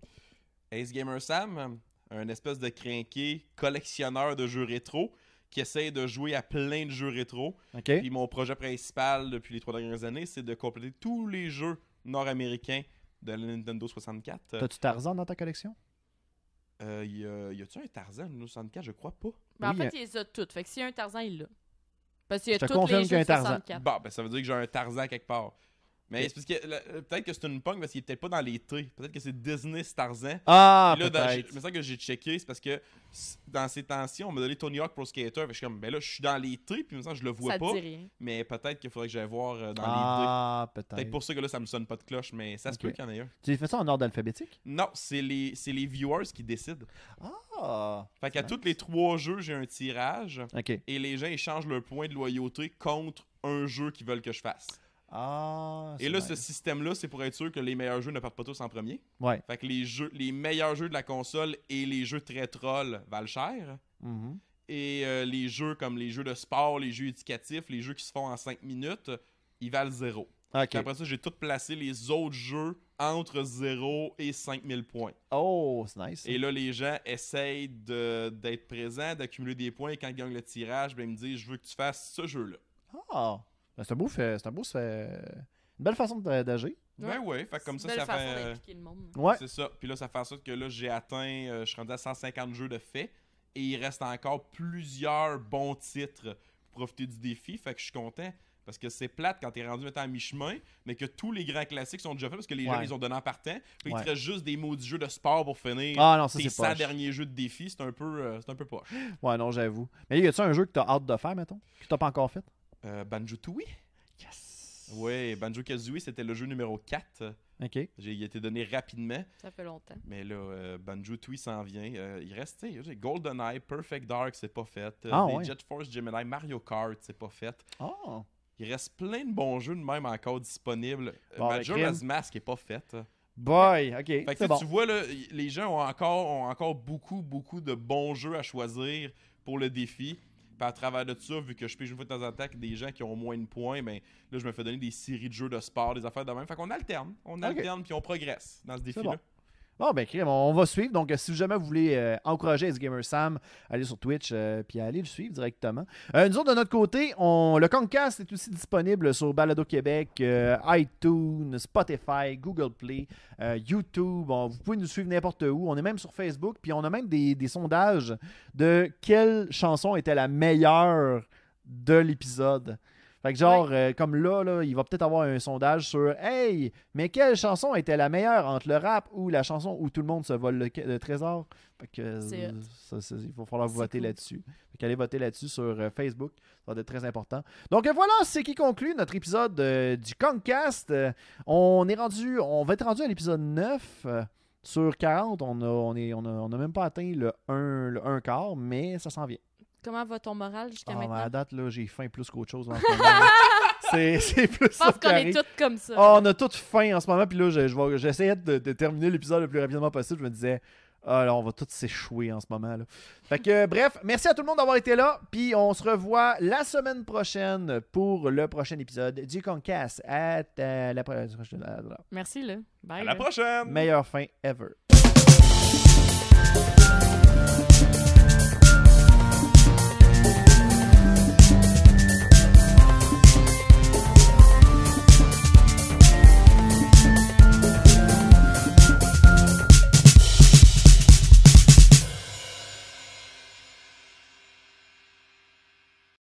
Speaker 3: Ace Gamer Sam, un espèce de crinqué collectionneur de jeux rétro qui essaie de jouer à plein de jeux rétro.
Speaker 1: Ok?
Speaker 3: Puis mon projet principal depuis les trois dernières années, c'est de compléter tous les jeux nord-américains de la Nintendo 64.
Speaker 1: T'as-tu Tarzan dans ta collection?
Speaker 3: Euh, y a- y a-tu un Tarzan Nintendo 64 Je crois pas.
Speaker 2: Mais en
Speaker 1: Oui,
Speaker 2: fait,
Speaker 1: euh,
Speaker 2: il les a toutes. Fait que s'il y a un Tarzan, il l'a. Parce qu'il y a
Speaker 1: Je te
Speaker 2: toutes
Speaker 1: confirme
Speaker 2: les
Speaker 1: qu'il y a
Speaker 2: jeux
Speaker 1: un Tarzan.
Speaker 2: 64.
Speaker 3: Bon, ben ça veut dire que j'ai un Tarzan quelque part. Mais c'est parce que la- euh, peut-être que c'est une punk parce qu'il est peut-être pas dans les T. Peut-être que c'est Disney Starzan.
Speaker 1: Ah,
Speaker 3: là, dans,
Speaker 1: peut-être.
Speaker 3: j'ai- me semble que j'ai checké, c'est parce que c- dans ces temps-ci, on m'a donné Tony Hawk Pro Skater. Fait que je suis comme, ben là, je suis dans les T, puis me semble que je le vois
Speaker 2: Ça
Speaker 3: pas.
Speaker 2: te dit rien.
Speaker 3: Mais peut-être qu'il faudrait que j'aille voir euh, dans les D.
Speaker 1: Ah, peut-être.
Speaker 3: Peut-être pour ça que là, ça me sonne pas de cloche, mais ça se
Speaker 1: Ok.
Speaker 3: peut qu'il y en ait un.
Speaker 1: Tu fais ça en ordre alphabétique?
Speaker 3: Non, c'est les, c'est les viewers qui décident.
Speaker 1: Ah.
Speaker 3: Fait qu'à
Speaker 1: C'est
Speaker 3: tous les trois jeux, j'ai un tirage
Speaker 1: OK.
Speaker 3: et les gens échangent leur point de loyauté contre un jeu qu'ils veulent que je fasse.
Speaker 1: Ah.
Speaker 3: Et là,
Speaker 1: c'est
Speaker 3: ce système-là, c'est pour être sûr que les meilleurs jeux ne partent pas tous en premier.
Speaker 1: Ouais.
Speaker 3: Fait que les, jeux, les meilleurs jeux de la console et les jeux très trolls valent cher.
Speaker 1: Mhm.
Speaker 3: Et euh, les jeux comme les jeux de sport, les jeux éducatifs, les jeux qui se font en 5 minutes, ils valent zéro.
Speaker 1: OK.
Speaker 3: Puis Après ça, j'ai tout placé les autres jeux entre 0 et 5000 points.
Speaker 1: Oh, c'est nice.
Speaker 3: Et là, les gens essayent de- d'être présents, d'accumuler des points. Et quand ils gagnent le tirage, ben, ils me disent Je veux que tu fasses ce jeu-là.
Speaker 1: Ah. Ben, c'est un beau fait. C'est un beau fait. Une belle façon de- d'agir.
Speaker 3: Ben ouais, fait que comme ça,
Speaker 2: Belle
Speaker 3: ça fait.
Speaker 2: façon
Speaker 3: euh,
Speaker 2: d'impliquer le monde.
Speaker 1: Ouais.
Speaker 3: C'est ça. Puis là, ça fait en sorte que là, j'ai atteint, euh, je suis rendu à 150 jeux de fait. Et il reste encore plusieurs bons titres pour profiter du défi. Fait que je suis content. Parce que c'est plate quand t'es rendu maintenant à mi-chemin, mais que tous les grands classiques sont déjà faits parce que les gens
Speaker 1: Ouais.
Speaker 3: les ont donnés en partant. Puis
Speaker 1: Ouais.
Speaker 3: il te reste juste des maudits jeux de sport pour finir.
Speaker 1: Ah non, ça
Speaker 3: tes
Speaker 1: c'est
Speaker 3: 100
Speaker 1: pas.
Speaker 3: derniers jeux de défi, c'est un peu, euh, c'est un peu poche.
Speaker 1: Ouais, non, j'avoue. Mais y a-tu un jeu que t'as hâte de faire, mettons? Que t'as pas encore fait?
Speaker 3: Euh, Banjo Tooie
Speaker 1: Yes.
Speaker 3: Oui, Banjo Kazooie, c'était le jeu numéro 4.
Speaker 1: OK.
Speaker 3: J'ai il a été donné rapidement.
Speaker 2: Ça fait longtemps.
Speaker 3: Mais là, euh, Banjo Tooie s'en vient. Euh, il reste, tu sais, GoldenEye, Perfect Dark, c'est pas fait. Euh,
Speaker 1: Ah,
Speaker 3: les
Speaker 1: ouais.
Speaker 3: Jet Force Gemini, Mario Kart, c'est pas fait.
Speaker 1: Oh.
Speaker 3: Il reste plein de bons jeux de même encore disponibles. Euh,
Speaker 1: Bon, ben,
Speaker 3: Majora's
Speaker 1: crime.
Speaker 3: Mask est pas fait. Fait
Speaker 1: Boy, OK.
Speaker 3: que, tu sais,
Speaker 1: c'est bon.
Speaker 3: tu vois, là, y- les gens ont encore, ont encore beaucoup, beaucoup de bons jeux à choisir pour le défi. Puis à travers de ça, vu que je pige une fois de temps en temps avec des gens qui ont moins de points, mais là, je me fais donner des séries de jeux de sport, des affaires de même. Fait qu'on alterne. On alterne, puis on progresse dans ce
Speaker 1: C'est
Speaker 3: défi-là.
Speaker 1: bon. Bon, ben, crime, on va suivre. Donc, euh, si jamais vous voulez euh, encourager Gamer Sam, allez sur Twitch euh, puis allez le suivre directement. Euh, nous autres, de notre côté, on, le Concast est aussi disponible sur Balado Québec, euh, iTunes, Spotify, Google Play, euh, YouTube. Bon, vous pouvez nous suivre n'importe où. On est même sur Facebook. Puis, on a même des, des sondages de quelle chanson était la meilleure de l'épisode. Fait que genre, euh, comme là, là, il va peut-être avoir un sondage sur « Hey, mais quelle chanson était la meilleure entre le rap ou la chanson où tout le monde se vole le, le trésor? Fait que euh,
Speaker 2: C'est hot.
Speaker 1: ça, c'est- il va falloir
Speaker 2: C'est
Speaker 1: voter
Speaker 2: cool.
Speaker 1: là-dessus. Fait qu'allez voter là-dessus sur euh, Facebook. Ça va être très important. Donc euh, voilà, c'est qui conclut notre épisode euh, du Concast. Euh, on est rendu, on va être rendu à l'épisode 9. euh, sur 40, on a, on est, on a, on a même pas atteint le 1, le 1 quart, mais ça s'en vient.
Speaker 2: Comment va ton moral jusqu'à
Speaker 1: Ah, mais à
Speaker 2: maintenant?
Speaker 1: date, là, j'ai faim plus qu'autre chose. en ce moment.
Speaker 2: <laughs>
Speaker 1: c'est, c'est plus
Speaker 2: Je
Speaker 1: ça
Speaker 2: pense qu'on
Speaker 1: qui
Speaker 2: est
Speaker 1: arrive.
Speaker 2: toutes comme ça.
Speaker 1: Ah, on a toute faim en ce moment, puis là, je- je vais- j'essayais de, de terminer l'épisode le plus rapidement possible. Je me disais, ah, là, on va tous s'échouer en ce moment. Là. Fait que, euh, bref, merci à tout le monde d'avoir été là, puis on se revoit la semaine prochaine pour le prochain épisode du Concast. À ta- la, pro-
Speaker 2: Merci, là. Bye.
Speaker 3: À la
Speaker 2: là.
Speaker 3: prochaine!
Speaker 1: meilleure fin ever.